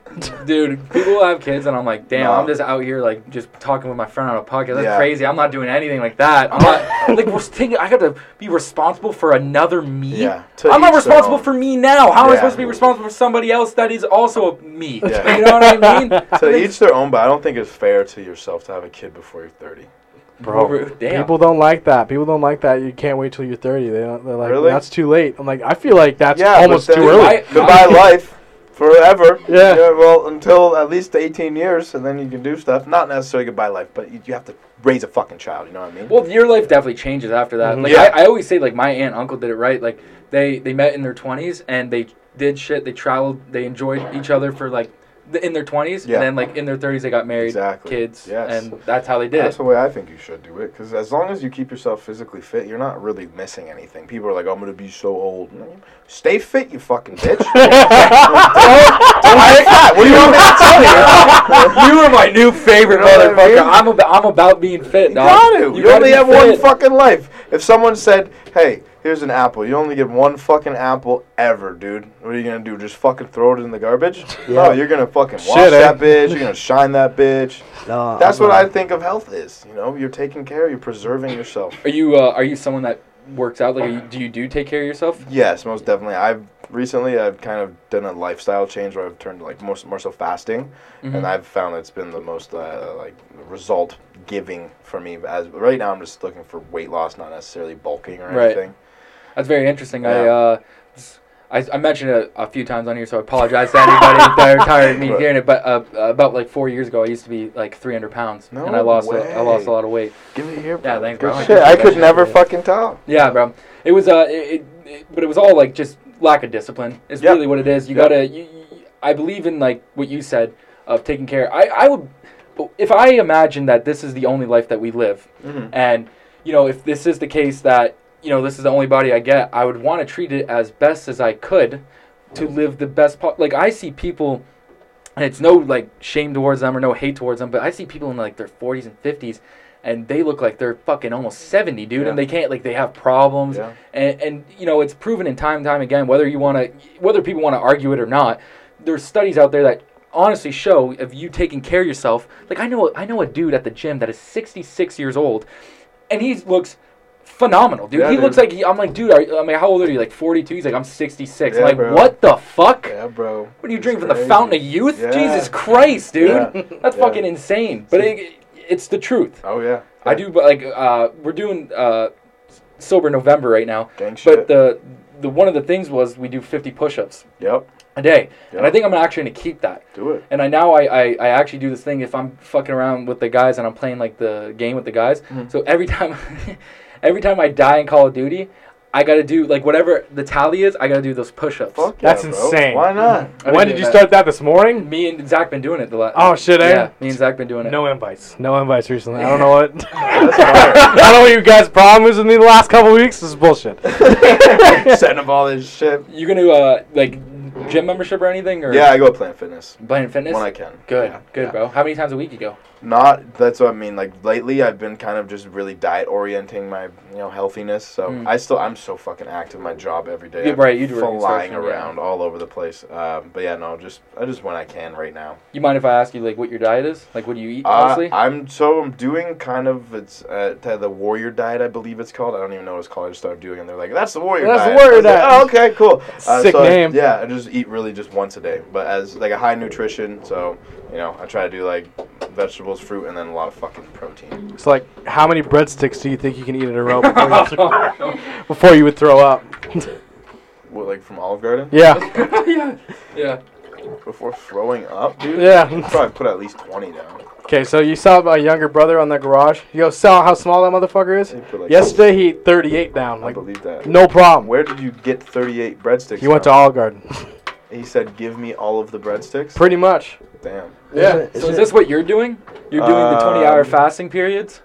Dude, people have kids and I'm like, damn, Nah. I'm just out here like just talking with my friend on a podcast. That's Yeah. crazy. I'm not doing anything like that. I'm not like we're thinking I got to be responsible for another me. Yeah, to I'm not each their responsible own. for me now. How am Yeah. I supposed to be responsible for somebody else that is also a me? Yeah. You know what I mean? To each their own, but I don't think it's fair to yourself to have a kid before you're 30. Bro, damn. people don't like that. People don't like that. You can't wait till you're 30. They don't, they're like, Really? that's too late. I'm like, I feel like that's yeah, almost but then too early. I- Goodbye, life. Forever. Yeah. Well, until at least 18 years, and then you can do stuff. Not necessarily goodbye life, but you, you have to raise a fucking child. You know what I mean? Well, your life definitely changes after that. Mhm. Like Mm-hmm. Yeah. I, I always say, like my aunt, uncle did it right. Like they they met in their twenties and they did shit. They traveled. They enjoyed each other for like th- in their twenties. Yeah. And then like in their thirties, they got married, Exactly. kids, Yes. and that's how they did That's it. the way I think you should do it. Because as long as you keep yourself physically fit, you're not really missing anything. People are like, I'm going to be so old. No, Stay fit, you fucking bitch. I- what do you want me to tell you? you were my new favorite You know what I motherfucker. mean? I'm about I'm about being fit. You dog. got to. You, gotta only be have one fit. fucking life. If someone said, hey, here's an apple, you only get one fucking apple ever, dude. What are you going to do? Just fucking throw it in the garbage? Yeah. No, you're going to fucking wash Shit, eh? that bitch. You're going to shine that bitch. No, That's I'm what I not. think of health is. You know, you're taking care, you're preserving yourself. Are you uh, are you someone that works out? Like are you, do you do take care of yourself? Yes, most definitely. I've recently I've kind of done a lifestyle change where I've turned to, like most more so fasting, Mm-hmm. and I've found that's been the most uh, like result giving for me. As right now, I'm just looking for weight loss, not necessarily bulking or Right. anything. That's very interesting. I, Yeah. uh, s- I I mentioned it a few times on here, so I apologize to anybody that are tired of me Right. hearing it. But uh, about like four years ago, I used to be like 300 pounds, No and I lost way. a, I lost a lot of weight. Give it here, Yeah, thanks, bro. Good I shit. appreciate I that could shit. never fucking tell. Yeah, bro. It was uh, it, it, it- but it was all like just lack of discipline. Is Yep. really what it is. You Yep. gotta. You, you, I believe in like what you said. of taking care. I, I would, if I imagine that this is the only life that we live, and you know, if this is the case that you know this is the only body I get, I would want to treat it as best as I could to live the best. Po- like I see people, and it's no like shame towards them or no hate towards them, but I see people in like their 40s and 50s. And they look like they're fucking almost seventy, dude, Yeah. and they can't like they have problems, Yeah. and, and you know it's proven in time and time again whether you want to whether people want to argue it or not there's studies out there that honestly show of you taking care of yourself like i know i know a dude at the gym that is 66 years old and he looks phenomenal dude Yeah, he dude. looks like he, i'm like dude are, you- i'm like how old are you like 42 he's like i'm 66 I'm Yeah, like bro. what the fuck Yeah, bro. what do you It's drink from the crazy. fountain of youth Yeah. jesus christ dude Yeah. that's Yeah. fucking insane but it, it's the truth Oh yeah. i do but like uh, we're doing uh, sober november right now Gang but shit. the the one of the things was we do 50 push-ups yep. a day, and Yeah. I think I'm actually going to keep that. Do it. And I now I, I, I actually do this thing if I'm fucking around with the guys and I'm playing like the game with the guys. Mm-hmm. So every time, every time I die in Call of Duty, I got to do like whatever the tally is. I got to do those push-ups. Fuck That's yeah, bro. insane. Why not? I when do did you that. start that this morning? Me and Zach been doing it the last. Oh, shit, eh? Yeah, me and Zach been doing it. No invites. No invites recently. I don't know what. That's fire. I don't know what you guys' problem is in the last couple weeks. This is bullshit. Setting up all this shit. You gonna uh like gym membership or anything or Yeah, I go Planet Fitness Planet Fitness? when I can. good, Yeah, good, yeah. bro. How many times a week you go? Not. That's what I mean. Like lately, I've been kind of just really diet orienting my you know healthiness. So Mm. I still I'm so fucking active. My job every day. Yeah, I'm right, you do work in flying social, yeah. around all over the place. Um, but yeah, no, just I just when I can right now. You mind if I ask you like what your diet is? Like what do you eat Uh, mostly? I'm so I'm doing kind of it's uh, t- the warrior diet I believe it's called. I don't even know what it's called. I just started doing it. And they're like, "That's the warrior That's the diet." warrior I was like, diet. oh, okay, cool. Uh, Sick so I- name. yeah, I just eat really just once a day, but as like a high nutrition. So you know, I try to do like vegetables, fruit, and then a lot of fucking protein. It's like, how many breadsticks do you think you can eat in a row before you, before you would throw up? What, like from Olive Garden? Yeah, yeah, yeah. Before throwing up, dude. yeah. Probably put at least twenty down. Okay, so you saw my younger brother on the garage. Yo, Sal, how small that motherfucker is? He put, like, Yesterday he ate 38 down. I Like, believe that. no problem. Where did you get 38 breadsticks? He went to from? Olive Garden. He said, "Give me all of the breadsticks." Pretty much. Damn. Yeah. So is this what you're doing? You're doing the 20 hour Um, fasting periods?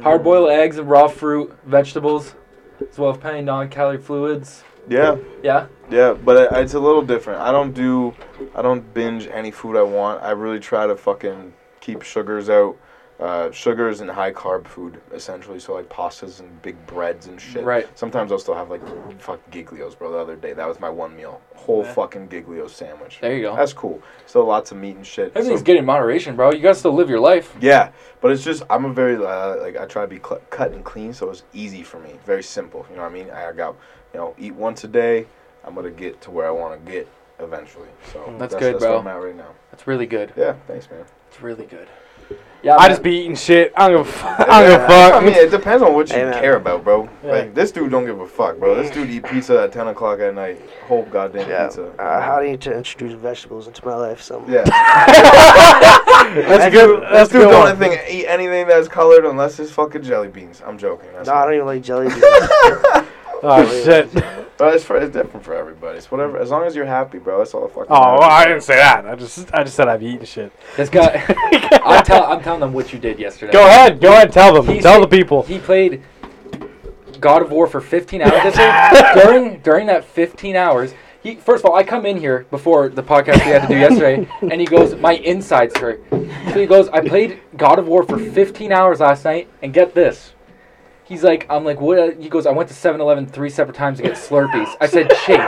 Hard boiled eggs and raw fruit, vegetables, as well as plenty non calorie fluids. Yeah. Yeah? Yeah, but I, it's a little different. I don't do, I don't binge any food I want. I really try to fucking keep sugars out. Uh, sugars and high carb food, essentially. So like pastas and big breads and shit. Right. Sometimes I'll still have like fuck Giglios, bro. The other day, that was my one meal, whole Yeah. fucking Giglio sandwich. There you go. That's cool. Still lots of meat and shit. so- Everything's good in moderation, bro. You gotta still live your life. yeah, but it's just I'm a very uh, like I try to be cl- cut and clean, so it's easy for me. Very simple, you know what I mean? I got you know eat once a day. I'm gonna get to where I want to get eventually. So That's good, that's where bro. I'm at right now. That's really good. Yeah, thanks, man. It's really good. Yeah, I man. just be eating shit. I don't give a, fu- I don't give a fuck. I mean, it depends on what you Amen. care about, bro. Yeah. Like this dude don't give a fuck, bro. This dude eat pizza at 10 o'clock at night. Whole goddamn Yeah. pizza. Uh, how do you to introduce vegetables into my life? So yeah, that's a good. That's this a dude good don't one. anything, eat anything that's colored unless it's fucking jelly beans. I'm joking. That's No, I not- don't even like jelly beans. Oh shit. But it's, for, it's different for everybody. It's whatever. As long as you're happy, bro. That's all that fucking. Oh, well, matters. I didn't say that. I just, I just said I've eaten shit. This guy, I'm, tell, I'm telling them what you did yesterday. Go ahead, go ahead, tell them, He's- tell the people. He played God of War for 15 hours. This year. during during that 15 hours, he first of all, I come in here before the podcast we had to do yesterday, and he goes, "My insides hurt." So he goes, "I played God of War for 15 hours last night, and get this." He's like, I'm like, what? uh," He goes, I went to 7 Eleven three separate times to get Slurpees. I said, Chase.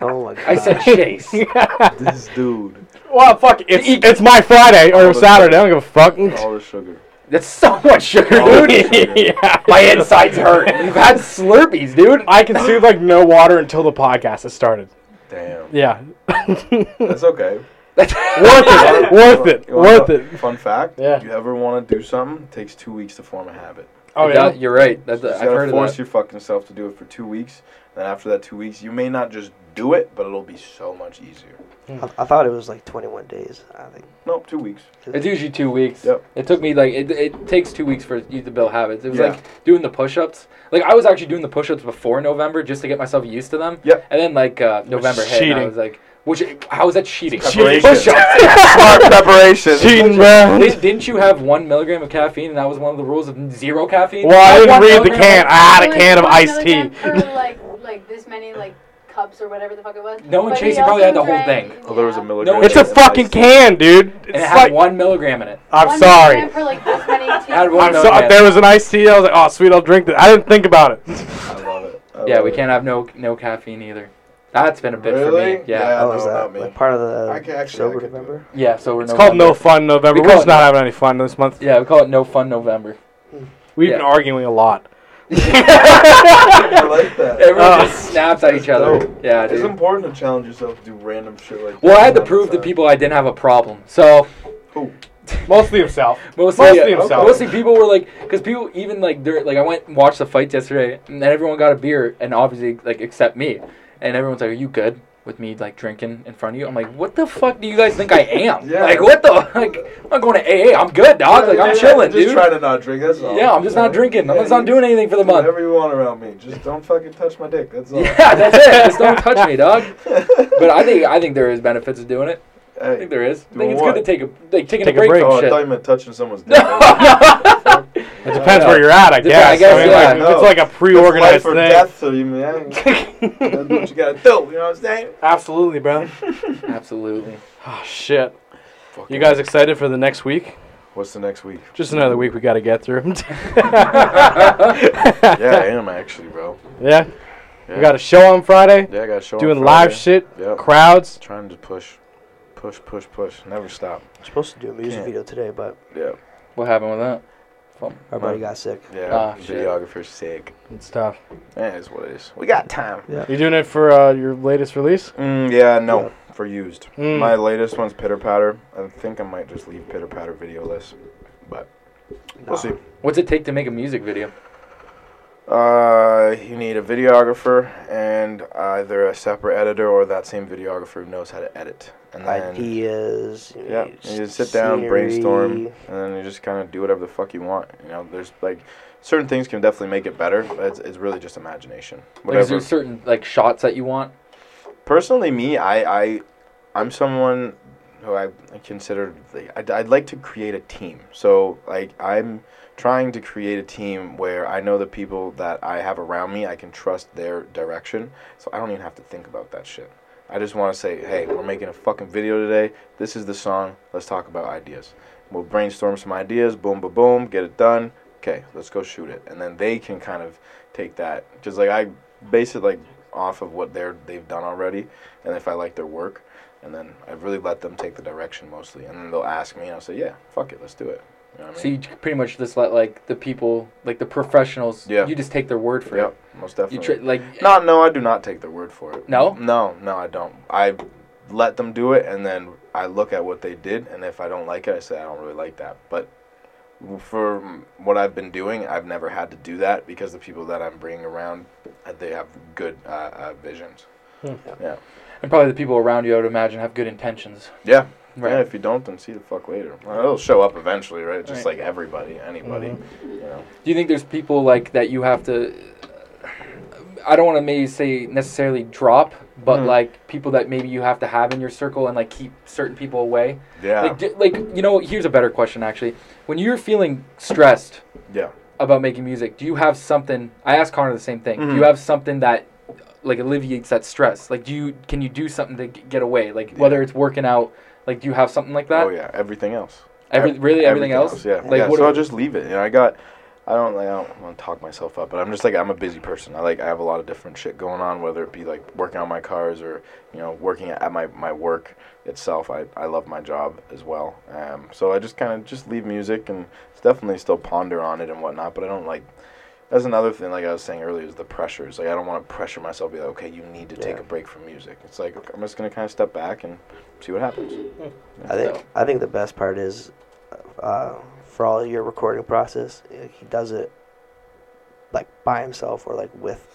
oh my god. I said, Chase. This dude. Well, fuck, it's eat- it's my Friday or the Saturday. I don't give a fuck. All the sugar. That's so much sugar, Oh, dude. shit. yeah. My insides hurt. You've had Slurpees, dude. I consumed like no water until the podcast has started. Damn. Yeah, That's okay. worth it, worth it, You wanna worth know- it. Fun fact. Yeah. You ever want to do something? It takes two weeks to form a habit. Oh It yeah, does- you're right. That's, You I've just heard gotta of force that. your fucking self to do it for two weeks. Then after that two weeks, you may not just do it, but it'll be so much easier. I, I thought it was like 21 days. I think. Nope, two weeks. It's usually two weeks. Yep. It took me like it, it takes two weeks for you to build habits. It was Yeah. like doing the push-ups. Like I was actually doing the push-ups before November just to get myself used to them. Yep. And then like uh, November hit, and I cheating. was like, Which how is that cheating? Cheating. Push ups. Smart preparation. Cheating, man. Did, didn't you have one milligram of caffeine, and that was one of the rules of zero caffeine? Well, I didn't Not one read the milligram. can. I had a Like, can of one iced tea. milligram Per, like, like this many like cups or whatever the fuck it was. No, and But he Chasey probably had the also whole drank- thing. Oh, there was a yeah. milligram. No, It's a It's fucking can, dude. It's And it had like, one milligram in it. I'm One sorry. milligram Per, like, this many tea Had one I'm cups. No, so, man. there was an iced tea. I was like, oh, sweet, I'll drink this. I didn't think about it. I love it. I Yeah, love we it. can't have no no caffeine either. That's been a bit Oh. Really? for me. Yeah. Yeah. Oh, is no, not that me. like part of the I can actually. sober I could do November? yeah. So we're It's called No Fun November. We We're call just it- not having any fun this month. Yeah, we call it No Fun November. We've been Yeah. arguing a lot. it. I like that. Everyone Oh. just snaps at each other. dope. Yeah, It's dude. important to challenge yourself to do random shit like. Well, that I had to all the prove to time. people I didn't have a problem. So Who? Mostly himself. mostly, Mostly yeah, himself. mostly people were like, because people even like, they're like, I went and watched the fights yesterday, and then everyone got a beer, and obviously like except me, and everyone's like, "Are you good?" With me like drinking in front of you, I'm like, what the fuck do you guys think I am? Yeah. Like, what the like? I'm not going to AA. I'm good, dog. Like, I'm chilling, just dude. try to not drink. That's all. Yeah, I'm just not drinking. I'm just not doing anything for the money. month. Whatever you want around me, just don't fucking touch my dick. That's all. Yeah, that's it. Just don't touch me, dog. But I think I think there is benefits of doing it. I hey. think there is. I think Doing it's what? good to take a like taking Take a a break, break. from Oh, I shit. thought you meant touching someone's dick. It depends Yeah. where you're at, I Depends- guess. I guess, I mean, yeah. like, if No. it's like a pre-organized It's life or thing. death, so you mean, yeah, that's what you gotta do. You know what I'm saying? Absolutely, bro. Absolutely. Oh shit. You guys excited for the next week? What's the next week? Just another week we got to get through. Yeah, I am actually, bro. yeah. Yeah. We got a show on Friday. Yeah, I got a show. on doing Friday. live shit. Yep. Crowds. Trying to push, push, push, push. Never stop. I'm supposed to do a music Can't. video today, but Ah, Yeah. What happened with that? our buddy got sick. Yeah. Ah, shit. Videographer's sick. It's tough. That is what it is. We got time. You doing it for uh, your latest release? Mm, yeah, no, for used. Mm. My latest one's Pitter Patter. I think I might just leave Pitter Patter videoless, but Nah. we'll see. What's it take to make a music video? Uh, you need a videographer and either a separate editor or that same videographer who knows how to edit. And then, Ideas. yeah, you just sit down, brainstorm, and then you just kind of do whatever the fuck you want. You know, there's like certain things can definitely make it better, but it's, it's really just imagination. Like, is Whatever. there certain like shots that you want? personally me i i i'm someone who i consider I'd, I'd like to create a team so like i'm trying to create a team where i know the people that i have around me i can trust their direction so i don't even have to think about that shit i just want to say hey we're making a fucking video today this is the song let's talk about ideas we'll brainstorm some ideas boom boom boom get it done okay let's go shoot it and then they can kind of take that because like i base it like off of what they're they've done already and if I like their work and then I really let them take the direction mostly and then they'll ask me and I'll say yeah fuck it let's do it you know what I So mean you pretty much just let like the people, like the professionals, Yeah. you just take their word for yep it. most You definitely tr- like no no I do not take their word for it No? no no I don't I let them do it and then I look at what they did and if I don't like it I say I don't really like that but for what I've been doing I've never had to do that because the people that I'm bringing around uh, they have good uh, uh, visions and probably the people around you, I would imagine, have good intentions. yeah Yeah, Right. if you don't, then see the fuck later. Well, it'll show up eventually, right? Just Right. Mm-hmm. like everybody, anybody. You know. Do you think there's people like that you have to? I don't want to maybe say necessarily drop, but Mhm. like people that maybe you have to have in your circle and like keep certain people away. Yeah. Like, d- like you know, here's a better question actually. When you're feeling stressed yeah. about making music, do you have something? I asked Connor the same thing. Do Mhm. you have something that like alleviates that stress? Like, do you can you do something to g- get away? Like, whether it's working out. Like, do you have something like that? Oh yeah. Everything else. Every, Ev- really, everything, else? Yeah. Like, yeah. so what do- I'll just leave it. You know, I got. I don't like. I don't want to talk myself up, but I'm just like I'm a busy person. I like. I have a lot of different shit going on, whether it be like working on my cars or you know working at my my work itself. I I love my job as well. Um. So I just kind of just leave music and definitely still ponder on it and whatnot, but I don't like. That's another thing, like I was saying earlier, is the pressures. Like I don't want to pressure myself. Be like, okay, you need to take Yeah. a break from music. It's like I'm just gonna kind of step back and see what happens. I think I think the best part is, uh, for all your recording process, uh, he does it like by himself or like with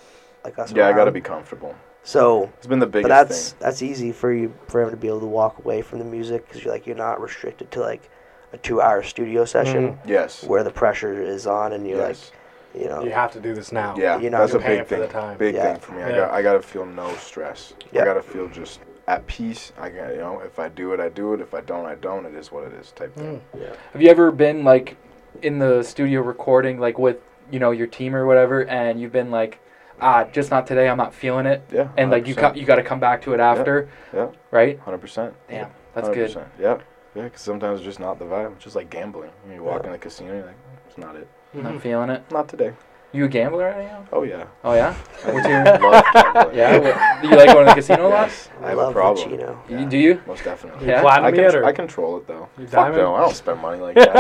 like us. Yeah, I gotta around. be comfortable. So, It's been the biggest but that's thing. that's easy for you for him to be able to walk away from the music because you're like you're not restricted to like a two-hour studio session Mm-hmm. Yes. where the pressure is on and you're yes. like you know You have to do this now. yeah. you're not that's a gonna pay big for the thing. time. Big Yeah. thing for me. I Yeah. got. I gotta feel no stress. Yeah. I gotta feel just at peace. I got you know, if I do it, I do it. If I don't, I don't. It is what it is. Type Hmm. Mm. thing. Have you ever been like in the studio recording, like with you know your team or whatever, and you've been like, ah, just not today. I'm not feeling it, Yeah. and like you co- 100%. you got to come back to it after, Yeah. right? Hundred percent. Damn, that's good. Yep. Yeah, because sometimes it's just not the vibe. It's just like gambling. When you walk in the casino, you're like, it's not it. Not feeling it. Not today. You a gambler anyhow? Oh yeah. Oh yeah. I Would love gambling. Yeah. what- do you like going to the casino a lot? Yes, I I have love a problem. Pacino. You- Yeah. Do you? Most definitely. You Yeah. I, platinum can, yet or I control it though. you Fuck diamond? no, I don't spend money like that. if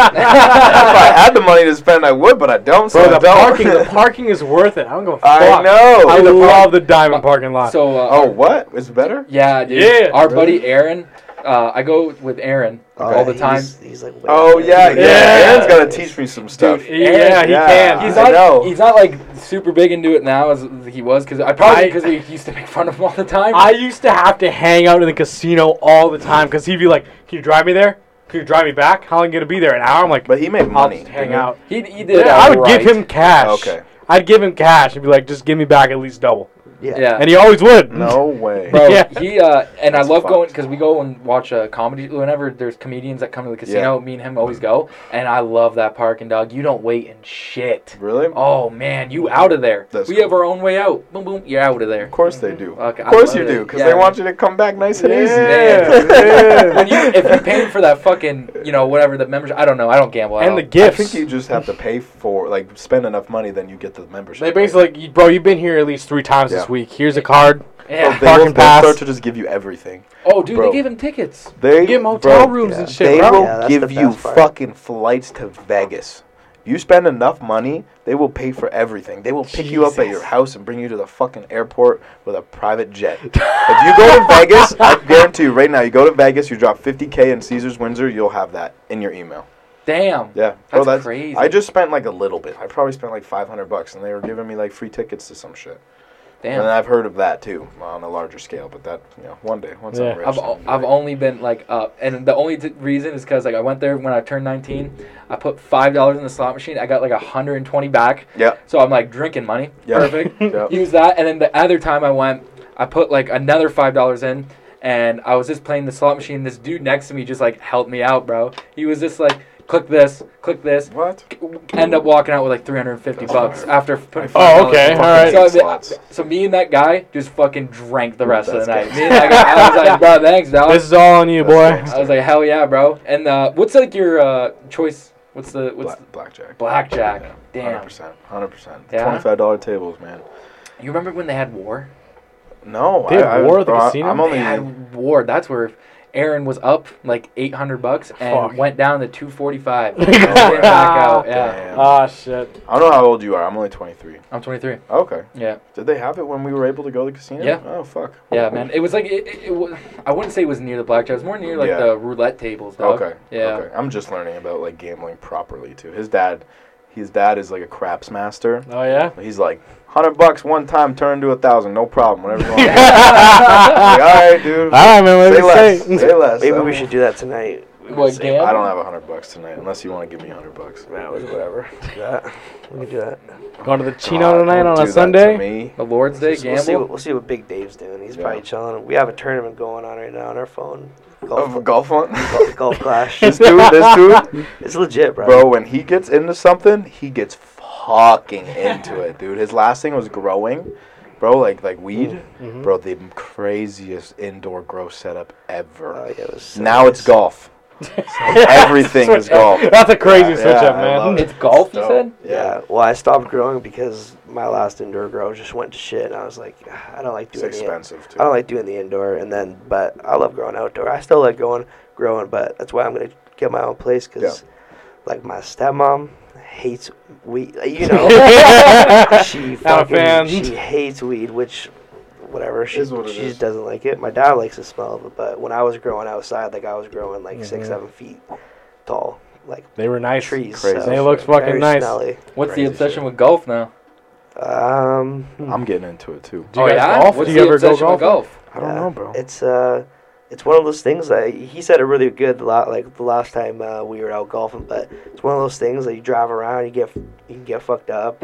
I had the money to spend, I would, but I don't. So Bro, the I don't. parking, the parking is worth it. I don't go. Fuck. I know. I The love park- the diamond parking lot. So uh, Oh, what? It's better. yeah, dude. Yeah. Our Really? buddy Aaron. Uh, I go with Aaron all the time. He's, he's like. way Oh better. yeah, yeah. Yeah. Aaron's gotta teach me some stuff. Dude, yeah, he Yeah. can. He's I not. know. He's not like super big into it now as he was because I probably I- because he used to make fun of him all the time. I used to have to hang out in the casino all the time because he'd be like, "Can you drive me there? Can you drive me back? How long are you gonna be there? An hour?" I'm like, but he made "I'll money. just didn't hang he? out." he, he did. Yeah, I would alright. give him cash. Okay. I'd give him cash and be like, "Just give me back at least double," Yeah. Yeah. and he always would. No way. Bro, Yeah. he uh, and That's I love fucked. going because we go and watch a comedy. Whenever there's comedians that come to the casino, me and him always go, and I love that parking dog. You don't wait and shit. Really? Oh man, you out of there. That's we cool. have our own way out. Boom boom, you're out of there. Of course they do. Okay, I of course love you it. do, because Yeah. they want you to come back nice and easy. Yeah, When yeah. you if you're paying for that fucking you know whatever the membership, I don't know. I don't gamble. at and the all. I gifts. think you just have to pay for like spend enough money, then you get the membership. they basically, like, "You- bro, you've been here at least three times Yeah. this week. Here's a card. Bro, yeah. they will, Parking they'll pass. start to just give you everything. Oh dude, Bro. they gave him tickets. They You get motel bro, rooms and yeah. shit, They bro. will Yeah, that's the give you best part. fucking flights to Vegas. You spend enough money, they will pay for everything. They will pick you up at your Jesus. house and bring you to the fucking airport with a private jet. if you go to Vegas, I guarantee you right now, you go to Vegas, you drop 50K in Caesars Windsor, you'll have that in your email. Damn. Yeah. That's crazy. I just spent like a little bit. I probably spent like 500 bucks, and they were giving me like free tickets to some shit. Damn. And I've heard of that too on a larger scale, but that, you know, one day, once Yeah. I'm rich. I've, I'll o- be I've like- only been like up, and the only t- reason is because like I went there when I turned 19. I put five dollars in the slot machine. I got like 120 back. Yeah. So I'm like drinking money. Yeah. Perfect. Yeah. Use that, and then the other time I went, I put like another five dollars in, and I was just playing the slot machine. This dude next to me just like helped me out, bro. He was just like, click this, click this. What? End up walking out with like 350 That's bucks fire. after putting. Oh, $5 okay, in. all right. So, I- Slots. so me and that guy just fucking drank the rest of That's the night. good. Me and that guy, I was like, bro, thanks, dog. This is all on you, That's boy. nice. I was like, hell yeah, bro. And uh, what's like your uh, choice? What's the what's Black, blackjack. the- blackjack? Yeah, Damn. 100%. 100%. Yeah? $25 tables, man. You remember when they had war? No. They had I, war I, at the bro, I- casino? I'm They only. had war. That's where Aaron was up like 800 bucks and Fuck. went down to 245. Oh, And went back out. Yeah. Damn. Ah, shit. I don't know how old you are. I'm only 23. I'm 23. Okay. Yeah. Did they have it when we were able to go to the casino? Yeah. Oh, fuck. Yeah, man. It was like it, it, it was, I wouldn't say it was near the blackjack. It was more near like Yeah. the roulette tables, dog. Okay. Yeah. Okay. I'm just learning about like gambling properly too. His dad, his dad is like a craps master. Oh yeah. He's like, hundred bucks one time, turn to a thousand, no problem. Whatever you want. like, all right, dude. All right, man. What Say did you less. say? Say less. Maybe I we don't- should do that tonight. What game? I don't have a hundred bucks tonight, unless you want to give me a hundred bucks. That was whatever. that. We can do that. Going to the God, Chino tonight don't oh on do a that to Sunday. me. The Lord's Day We'll see, what, gamble. we'll see what Big Dave's doing. He's Yeah. probably chilling. We have a tournament going on right now on our phone. Of Golf, a golf one. golf, golf Clash. this dude, this dude, It's legit, bro. bro. When he gets into something, he gets fucking into it, dude. His last thing was growing, bro. Like like weed, bro. The craziest indoor grow setup ever. Oh, yeah, it was so now it's nice. golf. Everything is golf. That's a crazy Yeah, switch up, I love man. it. It's golf, you So, said? Yeah. Yeah. Well, I stopped growing because my last indoor grow just went to shit, and I was like, "Ah, I don't like It's doing the in- expensive too. I don't like doing the indoor, and then but I love growing outdoor. I still like going growing, but that's why I'm gonna get my own place because, like, my stepmom hates weed. You know, she Not a fucking fan. she hates weed, which whatever she Is what it she is. just doesn't like it. My dad likes the smell of it, but when I was growing outside, like I was growing like Mhm. Mm-hmm. six seven feet tall, like They were nice. trees. crazy so They looked shit. fucking very nice. smelly. What's Crazy the obsession shit. with golf now? Oh, Um. I'm getting into it too. Do you guys golf? What's Do the you ever go obsession golf? with golf? I don't Yeah. know, bro. It's uh, it's one of those things that he said it really good lot like the last time uh, we were out golfing. But it's one of those things that you drive around, you get you can get fucked up.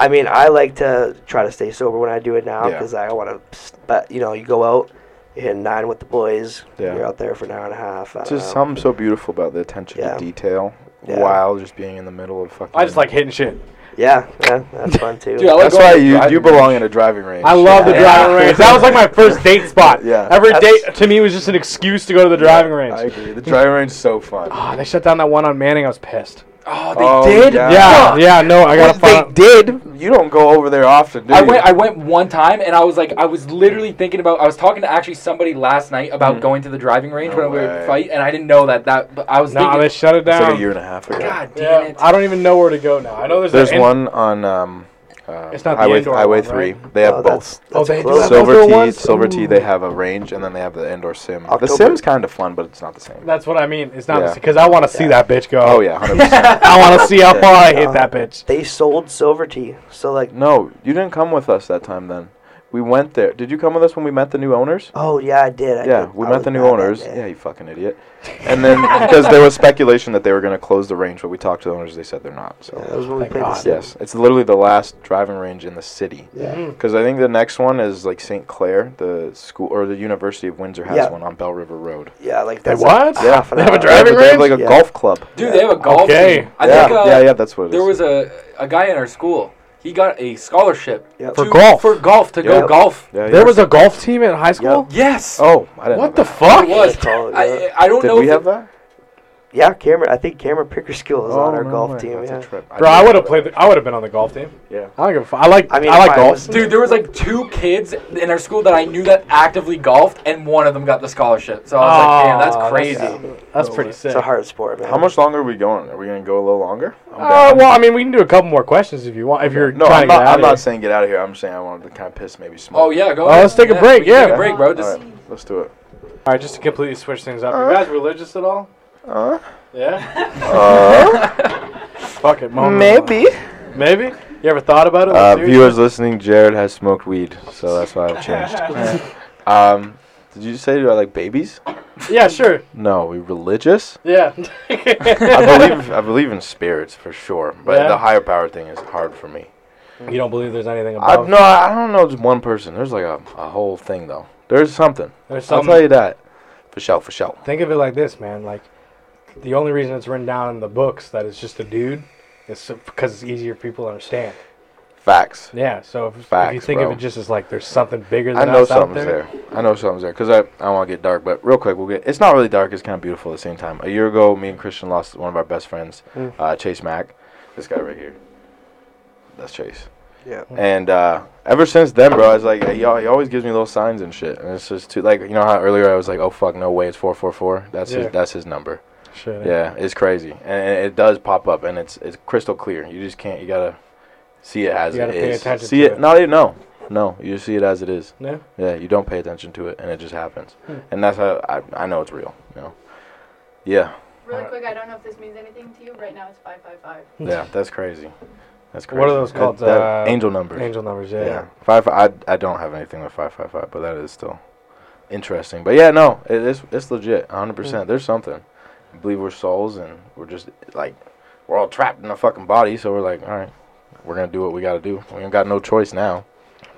I mean, I like to try to stay sober when I do it now Yeah. because I want to. But you know, you go out, You're hitting nine with the boys. Yeah. You're out there for an hour and a half. I It's don't just know. something so beautiful about the attention Yeah. to detail Yeah. while just being in the middle of fucking. I just like hitting shit. Yeah, yeah, that's fun too. Dude, I like That's going why to you driving you range. belong in a driving range. I love the Yeah. driving range. That was like my first date spot. Yeah. Every That's- date to me was just an excuse to go to the driving I range. agree. The driving range is so fun. Ah, they shut down that one on Manning. I was pissed. Oh, they Oh, did. yeah. Yeah, Fuck. yeah. No, I gotta they find. did. You don't go over there often, do I you? went. I went one time, and I was like, I was literally thinking about. I was talking to actually somebody last night about Mhm. going to the driving range No when we way. would fight, and I didn't know that. That but I was No, thinking, they shut it it's down. like a year and a half ago. God damn Yeah, it! I don't even know where to go now. I know there's, There's an- one on um, uh, It's not the Highway indoor Highway one, Three. right? They have Oh, both. that's- Oh, that's they do close. have Silver outdoor Tea, ones? Silver Tea. They Ooh. have a range, and then they have the indoor sim. October. The sim's kind of fun, but it's not the same. That's what I mean. It's not Yeah. because I want to see that bitch go. oh yeah, 100%. I want to see how far I Yeah. hit that bitch. Uh, They sold silver tea, so like, no, you didn't come with us that time. Then we went there. Did you come with us when we met the new owners? oh yeah, I did. I yeah, did. we I met was the new mad that owners. day. Yeah, you fucking idiot. And then because there was speculation that they were going to close the range, but we talked to the owners. They said they're not. Yeah, So that was when we Thank played the God. Sims. yes, it's literally the last driving range in the city. Mm-hmm. Yeah. Because I think the next one is like St. Clair, the school or the University of Windsor has Yeah. Ah, one on Bell River Road. Yeah, like They that's what? Like half an They have a hour. They have, Driving a- they have, range? like a Yeah. golf club. Dude, they have a golf. Okay. team. I yeah, think, uh, yeah, yeah, that's what it is. There was a a guy in our school. He got a scholarship Yep. For to- golf. For golf to Yep. go golf. Yeah, yeah. There was a golf team in high school. Yes. Oh, I didn't. What the know fuck? It was. Call it, I, yeah. I don't Did know. we if have it- that? Yeah, Cameron. I think Cameron Pickerskill is on Oh, our no golf way. team. That's Yeah. a trip. Bro, I didn't would know have played. that. I would have been on the golf team. Yeah. I don't give a fuck. I like. I, I mean, like if I golf. was- Dude, there was like two kids in our school that I knew that actively golfed, and one of them got the scholarship. So I was like, damn, Aw, that's crazy. That's pretty sick. It's a hard sport, man. How much longer are we going? Are we gonna go a little longer? I'm Uh, down. well, I mean, we can do a couple more questions if you want. If you're no, trying to I'm not. get out I'm of not here. saying get out of here. I'm saying I wanted to kind of piss maybe smoke. Oh yeah, go. Oh, ahead. let's take a Yeah, break, we can take yeah. a break, bro. Just All right, let's do it. All right, just to completely switch things up. Uh. you guys religious at all? Uh-huh. Uh, Yeah. uh, Fuck it, mom. maybe. Uh-huh. Maybe. You ever thought about it? Uh, Seriously? viewers listening, Jared has smoked weed, so that's why I've changed. um, did you say do I like babies? Yeah, sure. No, we religious. Yeah. I believe I believe in spirits for sure, but Yeah? the higher power thing is hard for me. you don't believe there's anything I, about. no, I don't know just one person. There's like a, a whole thing though. There's something. There's I'll something. tell you that for sure, for sure. Think of it like this, man. Like, the only reason it's written down in the books that it's just a dude is because it's easier for people to understand. Facts. Yeah. So if, if you Facts, think bro. of it just as like there's something bigger I than know us out something's there. there. I know something's there because I, I don't want to get dark, but real quick, we'll get. It's not really dark. It's kind of beautiful at the same time. A year ago, me and Christian lost one of our best friends, Mm. uh, Chase Mack. This guy right here. That's Chase. Yeah. Mm. And uh, ever since then, bro, I was like, he, al- he always gives me little signs and shit, and it's just too like you know how earlier I was like, oh fuck, no way, it's four four four. That's Yeah. his that's his number. Shit. Yeah, it's crazy, and it, it does pop up, and it's it's crystal clear. You just can't. You gotta see it as You it gotta pay is. attention see to it. it. Not even no, no. You just see it as it is. Yeah. Yeah, you don't pay attention to it, and it just happens. Hmm. And that's how I, I know it's real. You know. Yeah, Really quick, I don't know if this means anything to you. Right now it's 555. yeah. That's crazy. That's crazy. Hmm. What are those That- called? that Uh, angel numbers. Angel numbers. Yeah. Yeah. Five, I, I don't have anything with 555, but that is still interesting. But yeah, no, it, it's, it's legit, 100%. There's something. I believe we're souls and we're just like, we're all trapped in a fucking body, so we're like, all right, we're going to do what we got to do. We ain't got no choice now.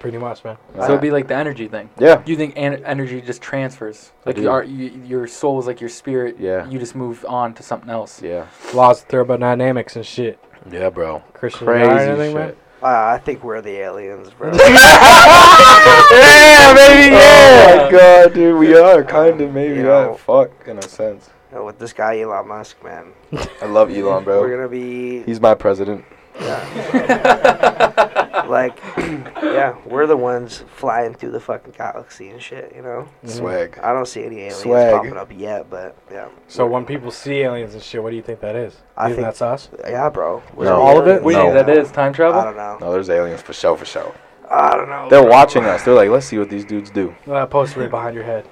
Pretty much, man. So it'd be like the energy thing. yeah. You think en- energy just transfers? Like do. you are, you, your soul is like your spirit. Yeah. You just move on to something else. Yeah. Laws of thermodynamics and shit. Yeah, bro. Christian, you Crazy got anything, shit. man? Uh, I think we're the aliens, bro. yeah, baby, yeah. Oh my God, dude, we are kind of maybe. You know. fuck, in a sense. Uh, With this guy Elon Musk, man. I love Elon, We're bro. gonna be He's my president. like, yeah, we're the ones flying through the fucking galaxy and shit. You know, Mm-hmm. Swag. I don't see any aliens Swag. popping up yet, but yeah, So when people see aliens and shit, what do you think that is? I you think- that's us. yeah, bro. We're No. the All of it? aliens. What do you think No. that is? Time I travel? don't know. No, there's aliens for show, for show. I don't know. They're bro. watching us. They're like, let's see what these dudes do. That post right behind your head.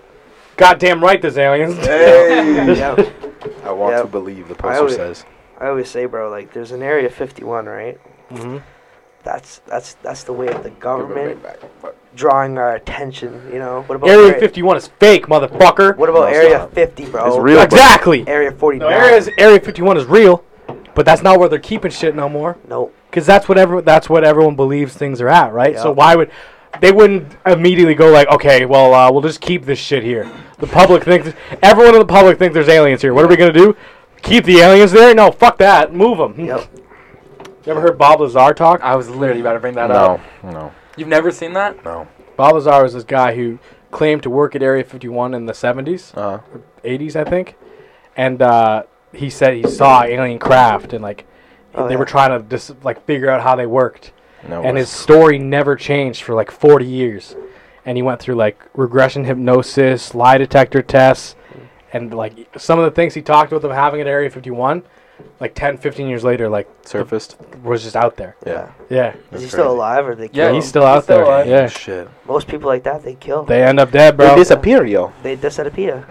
Goddamn right, there's aliens. yeah. I want Yep. to believe the I poster always- says. I always say, bro, like there's an Area 51, right? Mhm. That's that's that's the way of the Give it government back, back. drawing our attention. You know, what about Area Area- 51 is fake, motherfucker. What No, about it's Area not. 50, bro? It's real. exactly. Area 49. No, areas, Area 51 is real, but that's not where they're keeping shit no more. Nope. Because that's what every, that's what everyone believes things are at, right? So Yeah. why would they wouldn't immediately go like, okay, well, uh, we'll just keep this shit here. The public thinks everyone in the public thinks there's aliens here. What are we gonna do? Keep the aliens there? No, fuck that. Move them. Yep. You ever heard Bob Lazar talk? I was literally about to bring that No, up. no, You've never seen that? no. Bob Lazar was this guy who claimed to work at Area 51 in the 70s, Uh, 80s, I think, and uh, he said he saw alien craft and like Oh, they yeah. were trying to dis- like figure out how they worked. no. and way. his story never changed for like 40 years and he went through like regression hypnosis lie detector tests and like some of the things he talked about them having at area 51 like 10 15 years later like surfaced. was just out there Yeah. yeah Is That's he still crazy. alive or they kill Yeah, him? he's still out still there alive. yeah Shit. Most people like that, they kill. they end up dead bro They disappear, yo. They disappear.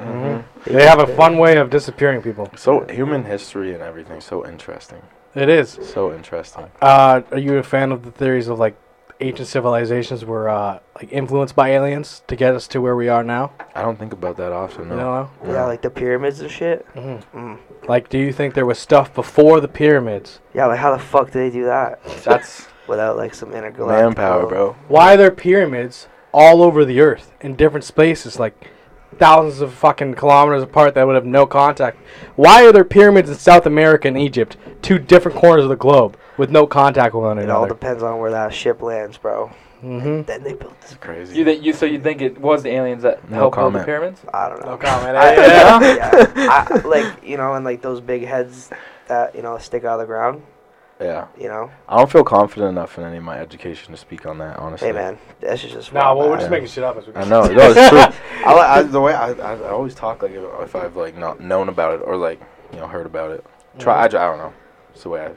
they have a fun way of disappearing people Mm-hmm. So human history and everything. So interesting. it is So interesting. uh, are you a fan of the theories of like ancient civilizations were uh, like influenced by aliens to get us to where we are now I don't think about that often. Mm. you No. know Yeah, like the pyramids and shit. Mhm. Mm. like do you think there was stuff before the pyramids Yeah, like how the fuck do they do that That's without like some intergalactic Manpower, bro. why are there pyramids all over the earth in different spaces like thousands of fucking kilometers apart that would have no contact why are there pyramids in south america and egypt two different corners of the globe with no contact with one It all another depends on where that ship lands, bro. mm-hmm. Then they built this. Crazy. you. That you. So you think it was the aliens that No helped build the comment. pyramids? I don't know. comment I, eh? yeah. I, like you know, and like those big heads that you know stick out of the ground. yeah. You know, I don't feel confident enough in any of my education to speak on that. Honestly. hey man, that's just nah well we're wild. just making shit up as we I know. No, it's true. I, li- I, the way I, I, I always talk like if I've like not known about it or like you know heard about it. Try. I, I don't know. It's the way I.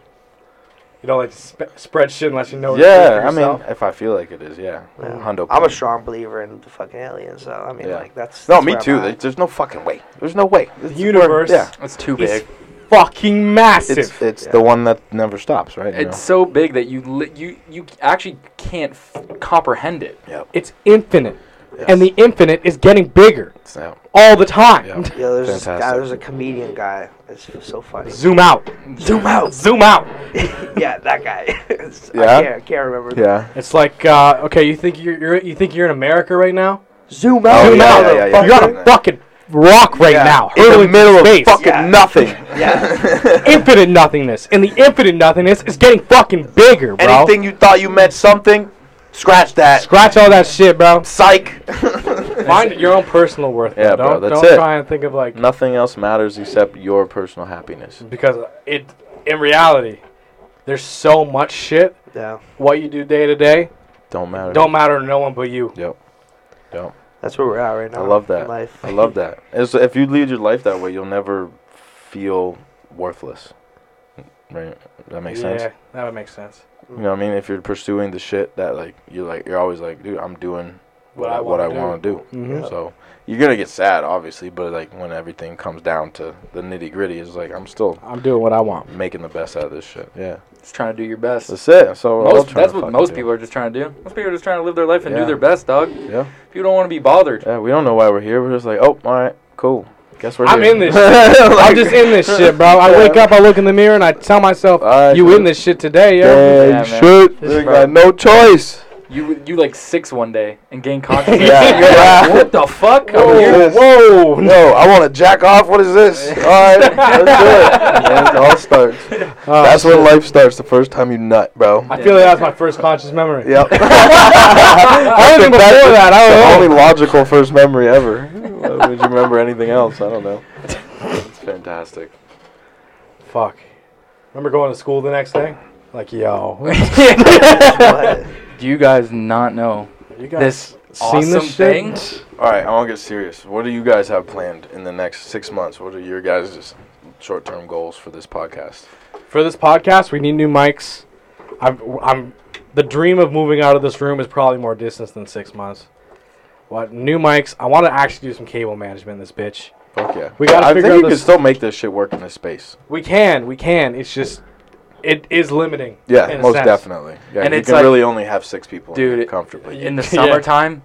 you don't like to sp- spread shit unless you know it's true yeah, for I mean, yourself. if I feel like it is, yeah. Yeah. Hundo I'm a point. strong believer in the fucking aliens, so I mean, Yeah. like that's No, that's me where I'm too. at. There- There's no fucking way. There's no way. It's- The universe Yeah. It's too is big. fucking massive It's it's the one that never stops, right? You It's so big that you li- you you actually can't f- comprehend it. know? Yep. It's infinite and Yes. the infinite is getting bigger So, all the time Yep. Yeah, there's this guy, Fantastic. there's a comedian guy. It's f- so funny. zoom out Zoom out. zoom out yeah, that guy. It's- Yeah? I can't, I can't remember. yeah. It's like, uh, okay, you think you're, you're you think you're in America right now? Zoom out. Oh, Zoom yeah, out! yeah, yeah, yeah. You're on a fucking rock right Yeah. now, In the hurtling middle through of space. fucking Yeah. nothing. Yeah. infinite nothingness, and the infinite nothingness is getting fucking bigger, bro. Anything you thought you meant something, scratch that. Scratch all that shit, bro. Psych. Find your own personal worth. bro. Yeah, bro, Don't, that's don't it. try and think of like Nothing else matters except your personal happiness. because it in reality, there's so much shit. yeah, What you do day to day Don't matter. don't matter to no one but you. Yep. Yep. that's where we're at right now. I love that. in Life. I love that. It's, if you lead your life that way, you'll never feel worthless. Right? That makes yeah, sense. that would make sense. You know what I mean? If you're pursuing the shit that like you're like you're always like, dude, I'm doing What what I I what I wanna do." want to do. Mhm. So you're gonna get sad, obviously, but like when everything comes down to the nitty gritty, it's like I'm still I'm doing what I want. making the best out of this shit. Yeah, Just trying to do your best. that's it. So we're all Most, trying that's to what fucking most do. people are just trying to do. Most people are just trying to live their life and do Yeah. their best, dog. Yeah, People don't want to be bothered. yeah. We don't know why we're here. We're just like, oh, all right, cool. Guess we're I'm here. in this shit. I'm just in this shit, bro. I wake up, I look in the mirror, and I tell myself, Alright, "You dude. in this shit today, yo." Dang, Yeah, man. shit. This We is got bro- no choice. You you like six one day and gain consciousness. Yeah. Yeah. What the fuck? Whoa. I'm here. Oh. Yes. Whoa, whoa. No, I want to jack off. What is this? All right, let's do it. And it all starts. That's when life starts. The first time you nut, bro. Oh, I feel like that's my first conscious memory. Yep. I didn't think even that's before the- that. I the don't only know. logical first memory ever. Why would you remember anything else? I don't know. It's fantastic. Fuck. Remember going to school the next day? Like, yo, But Do you guys not know you this seen awesome this thing? shit? All right, I want to get serious. What do you guys have planned in the next six months? What are your guys' short-term goals for this podcast? For this podcast, we need new mics. I'm, I'm, the dream of moving out of this room is probably more distance than six months. What new mics? I want to actually do some cable management in this bitch. Fuck yeah. We gotta I figure think out you can this- still make this shit work in this space. We can, we can. It's just, it is limiting. Yeah, in a most sense. definitely. Yeah, And you it's can like- really only have six people in Dude, here it- comfortably. in the Yeah. summertime?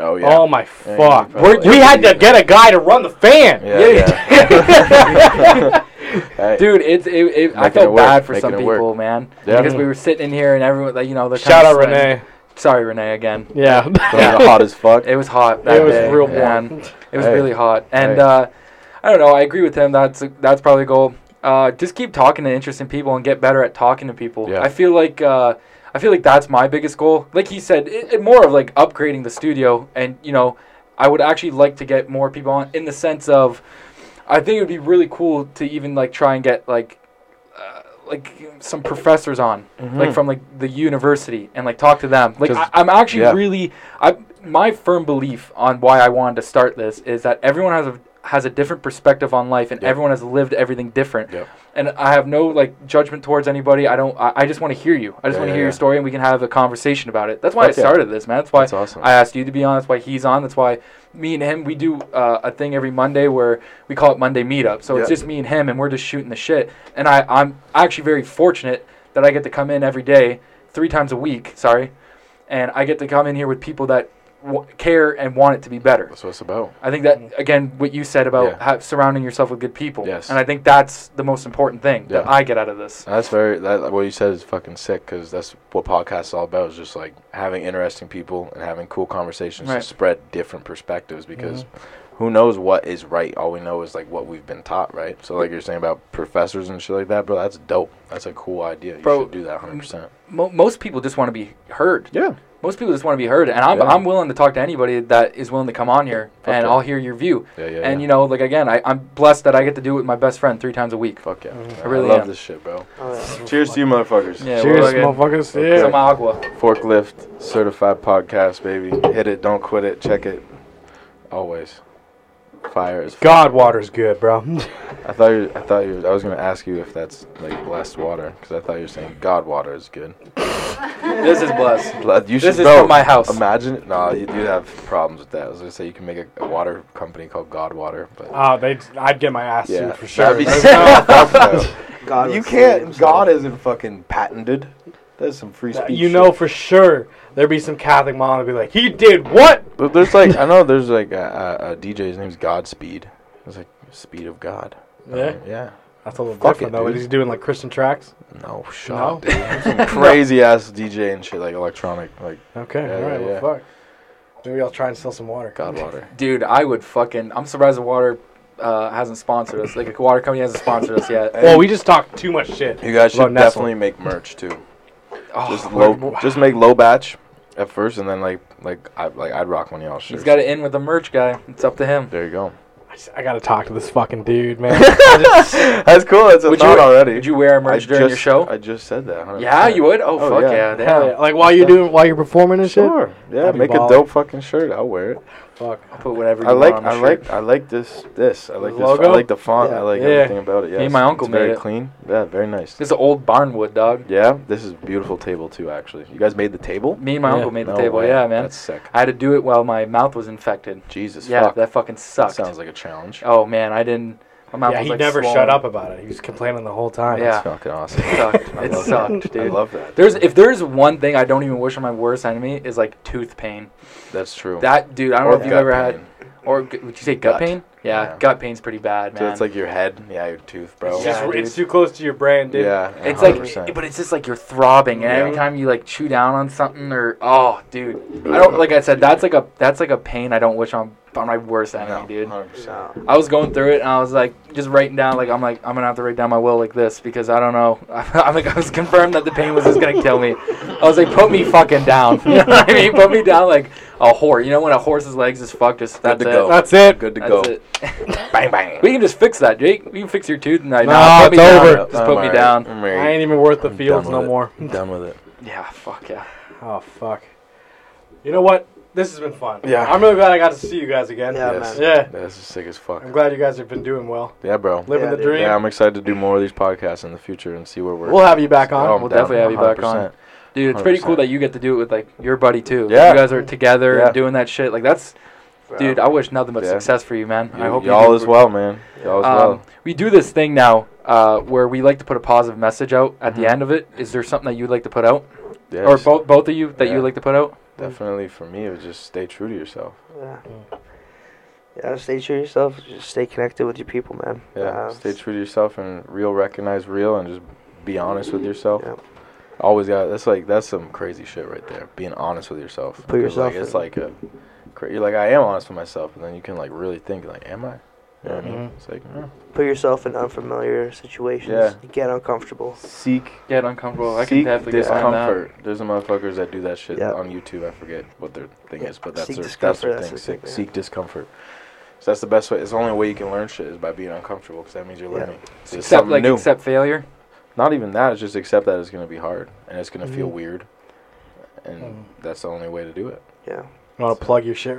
oh yeah. Oh my Yeah, you fuck! probably- We're- we had to get a guy to run the fan. Yeah. yeah. Hey, Dude, it's it, it, I Making it felt work, bad for making some it work. people, man. Yeah. Because we were sitting in here and everyone, like, you know, they're Shout kinda out sweating. Renee. Sorry, Renee, again. Yeah. Yeah. it was hot as fuck. It was hot. That was day, real man. warm. It was Hey. really hot, and Hey. uh, I don't know. I agree with him. That's that's probably a goal. Uh, just keep talking to interesting people and get better at talking to people. Yeah. I feel like uh, I feel like that's my biggest goal. Like he said, it, it more of like upgrading the studio, and you know, I would actually like to get more people on in the sense of, I think it would be really cool to even like try and get like. uh, Like some professors on, Mm-hmm. like from like the university, and like talk to them. Like 'Cause- I, I'm actually yeah. really, I my firm belief on why I wanted to start this is that everyone has a has a different perspective on life, and Yep. everyone has lived everything different. Yep. And I have no like judgment towards anybody. I don't. I, I just want to hear you. I just Yeah, want to yeah, hear yeah. your story, and we can have a conversation about it. That's why Fuck I yeah. started this, man. That's why That's awesome. I asked you to be on. That's why he's on. That's why me and him we do uh, a thing every Monday where we call it Monday Meetup. So it's Yeah. just me and him, and we're just shooting the shit. And I I'm actually very fortunate that I get to come in every day, three times a week. Sorry, and I get to come in here with people that w- care and want it to be better. That's what it's about. I think that again, what you said about Mm-hmm. Yeah. ha- surrounding yourself with good people, Yes. and I think that's the most important thing that Yeah. I get out of this. That's very that what you said is fucking sick because that's what podcasts is all about is just like having interesting people and having cool conversations Right. Mm-hmm. to spread different perspectives because who knows what is right? All we know is like what we've been taught, right? So like you're saying about professors and shit like that, bro. That's dope. That's a cool idea. You Bro, should do that 100. percent Mo- most people just want to be heard. Yeah. Most people just want to be heard, and I'm, Yeah. I'm willing to talk to anybody that is willing to come on here, Fuck and yeah. I'll hear your view. Yeah, yeah. And you know, like again, I, I'm blessed that I get to do it with my best friend three times a week. fuck yeah. Mm-hmm. I really love am. this shit, bro. Oh, Cheers to you, motherfuckers. Yeah, Cheers, we're looking- motherfuckers. Okay. Yeah. Some agua. Forklift certified podcast, baby. Hit it, don't quit it, check it. Always. Fire is. God, water's good, bro. I thought you. I thought you. I was gonna ask you if that's like blessed water because I thought you were saying God water is good. This is blessed. Blood- You This should is know. from my house. Imagine. Nah, you do have problems with that. I was gonna say you can make a, a water company called God Water, but Oh, they. I'd get my ass yeah, sued for sure. That'd be There's sick no- as fuck, though. God you would say can't. himself. God isn't fucking patented. That's some free that speech. you shit. know for sure there'd be some Catholic mom that'd be like, he did what? But there's like I know there's like a, a, a DJ. His name's Godspeed. It's like speed of God. Um, Yeah. yeah. That's a little Fuck different it, though. dude. He's doing like Christian tracks. No shot. dude. Some crazy ass DJ and shit like electronic like Okay. Yeah, all right. yeah, well, yeah. fuck. Maybe I'll try and sell some water. God Water. Dude, I would fucking. I'm surprised the water uh, hasn't sponsored us. Like, a water company hasn't sponsored us yet. Well, we just talked too much shit. You guys should About Nestle. definitely make merch too. Oh, Just low, just make low batch at first, and then like like I like I'd rock one of y'all shirts. He's got to end with the merch guy. It's up to him. There you go. I, just- I gotta talk to this fucking dude, man. I just- That's cool. That's a Would you- thought already. Would you wear our merch I during your just- show? I just said that. 100%. yeah, you would. Oh, Oh, fuck yeah. yeah, Hell damn. yeah. Like while you're doing, while you're performing and shit. Sure. Yeah, That'd be make a baller. dope fucking shirt. I'll wear it. Fuck. Put whatever. You I like want on the I shirt. like I like this this. I like this. logo? I like the font. Yeah. I like Yeah. everything about it. Yeah. and my uncle it's made very it. clean. Yeah, very nice. This is an old barnwood dog. Yeah, this is a beautiful table too. Actually, you guys made the table. Me and my Yeah. uncle made the No table. way. Yeah, man. That's sick. I had to do it while my mouth was infected. Jesus. yeah, fuck. that fucking sucked. sounds like a challenge. oh man, I didn't. My mouth Yeah, was he like never swollen. shut up about it. He was complaining the whole time. Yeah. That's fucking awesome. It sucked. I it love that. sucked, I dude. love that. There's if there's one thing I don't even wish on my worst enemy is like tooth pain. That's true. That dude, I don't Or know if you've gut ever pain. had or gu- would you say gut, Gut. pain? Yeah, Yeah. gut pain's pretty bad, man. So it's like your head, yeah, your tooth, bro. It's, just, Yeah, it's dude. too close to your brain, dude. yeah. It's 100%. like, but it's just like you're throbbing, and every Yeah. time you like chew down on something, or oh, dude, I don't like I said that's like a that's like a pain I don't wish on on my worst enemy, No, dude. 100%. No. I was going through it, and I was like just writing down like I'm like I'm gonna have to write down my will like this because I don't know. I'm like I was confirmed that the pain was just gonna kill me. I was like, put me fucking down. You know what I mean? Put me down like a whore. You know when a horse's legs is fucked, just Good that's to it. go. That's it. Good to That's go. it. Bang bang. We can just fix that, Jake. We can fix your tooth. No, Nah, put me it's down. over. Just put me down. i I ain't even worth the fields no more. done with it. Yeah, fuck yeah. Oh fuck. You know what? This has been fun. Yeah. I'm really glad I got to see you guys again. Yeah, Yes. man. Yeah. That's just sick as fuck. I'm glad you guys have been doing well, Yeah, bro. living Yeah, the dude. dream. Yeah, I'm excited to do more of these podcasts in the future and see where we're. We'll have you back on. Oh, I'm We'll down, definitely have you back on. 100%. Dude, it's pretty cool 100%. that you get to do it with like your buddy too. Yeah. You guys are together Yeah. and doing that shit. Like that's dude, I wish nothing but Yeah. success for you, man. I You- hope you y'all do- as well, man. Y'all as Um, well. We do this thing now uh, where we like to put a positive message out at the Mhm. end of it. Is there something that you'd like to put out? Yes. Or both both of you that Yeah. you like to put out? Definitely for me, it was just stay true to yourself. Yeah. Mm. Yeah, stay true to yourself. Just stay connected with your people, man. Yeah, Uh, stay true to yourself and real recognize real and just be honest with yourself. Yeah. Always got that's like that's some crazy shit right there. Being honest with yourself. Put 'Cause, yourself like, in. it's like a cra- you're like I am honest with myself, and then you can like really think like, am I? You know what I mean? Mm-hmm. Mhm. It's like yeah. Put yourself in unfamiliar situations. Yeah. and Get uncomfortable. seek Get uncomfortable. I can seek definitely get behind that. discomfort. There's some motherfuckers that do that shit Yeah. on YouTube. I forget what their thing is, but that's Seek their that's discomfort, their that's thing. their Seek, thing, yeah. seek discomfort. So that's the best way. It's the only way you can learn shit is by being uncomfortable, because that means you're Yeah. learning. It's just Except something like new. accept failure. Not even that. It's just accept that it's gonna be hard and it's gonna feel Mhm. weird, and Mm. that's the only way to do it. Yeah. You want to plug your shit?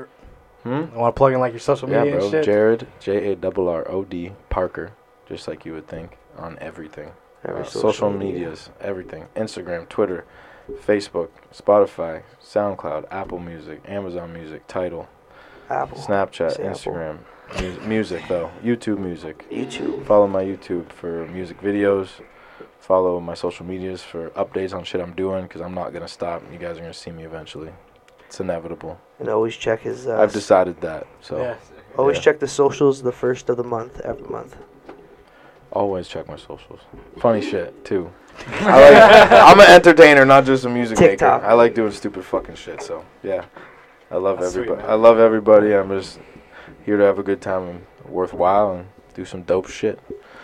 Hmm. You want to plug in like your social Yeah, media and bro. shit? Jared J A R R O D Parker, just like you would think on everything. Every Uh, social, medias, everything. Instagram, Twitter, Facebook, Spotify, SoundCloud, Apple Music, Amazon Music, Title, Apple. Snapchat, Say Apple. Instagram, mu- music though, YouTube music. YouTube. Follow my YouTube for music videos. Follow my social medias for updates on shit I'm doing because I'm not gonna stop. You guys are gonna see me eventually. It's inevitable. And always check his. Uh, I've decided that. So Yeah. Always yeah. check the socials the first of the month every month. always check my socials. Funny shit too. I like, I'm an entertainer, not just a music TikTok. maker. I like doing stupid fucking shit. So yeah, I love That's sweet, everybody. man. I love everybody. I'm just here to have a good time and worthwhile and do some dope shit.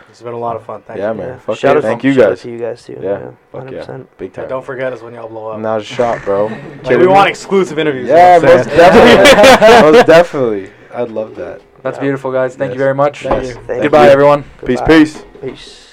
It's been a lot of fun. Thank yeah, you. man. Yeah. Fuck Shout yeah. out Thank to, you shout out guys. to you guys too. Yeah. Fuck yeah. 100%. Big Yeah, time. don't forget us when y'all blow up. I'm not a shot, bro. Like, we want exclusive interviews. is Yeah, what I'm most saying. definitely. most definitely. I'd love that. That's Yeah. beautiful, guys. Thank you Yes. very much. Thank you. Thank Goodbye, you. everyone. Peace, Goodbye. peace. Peace.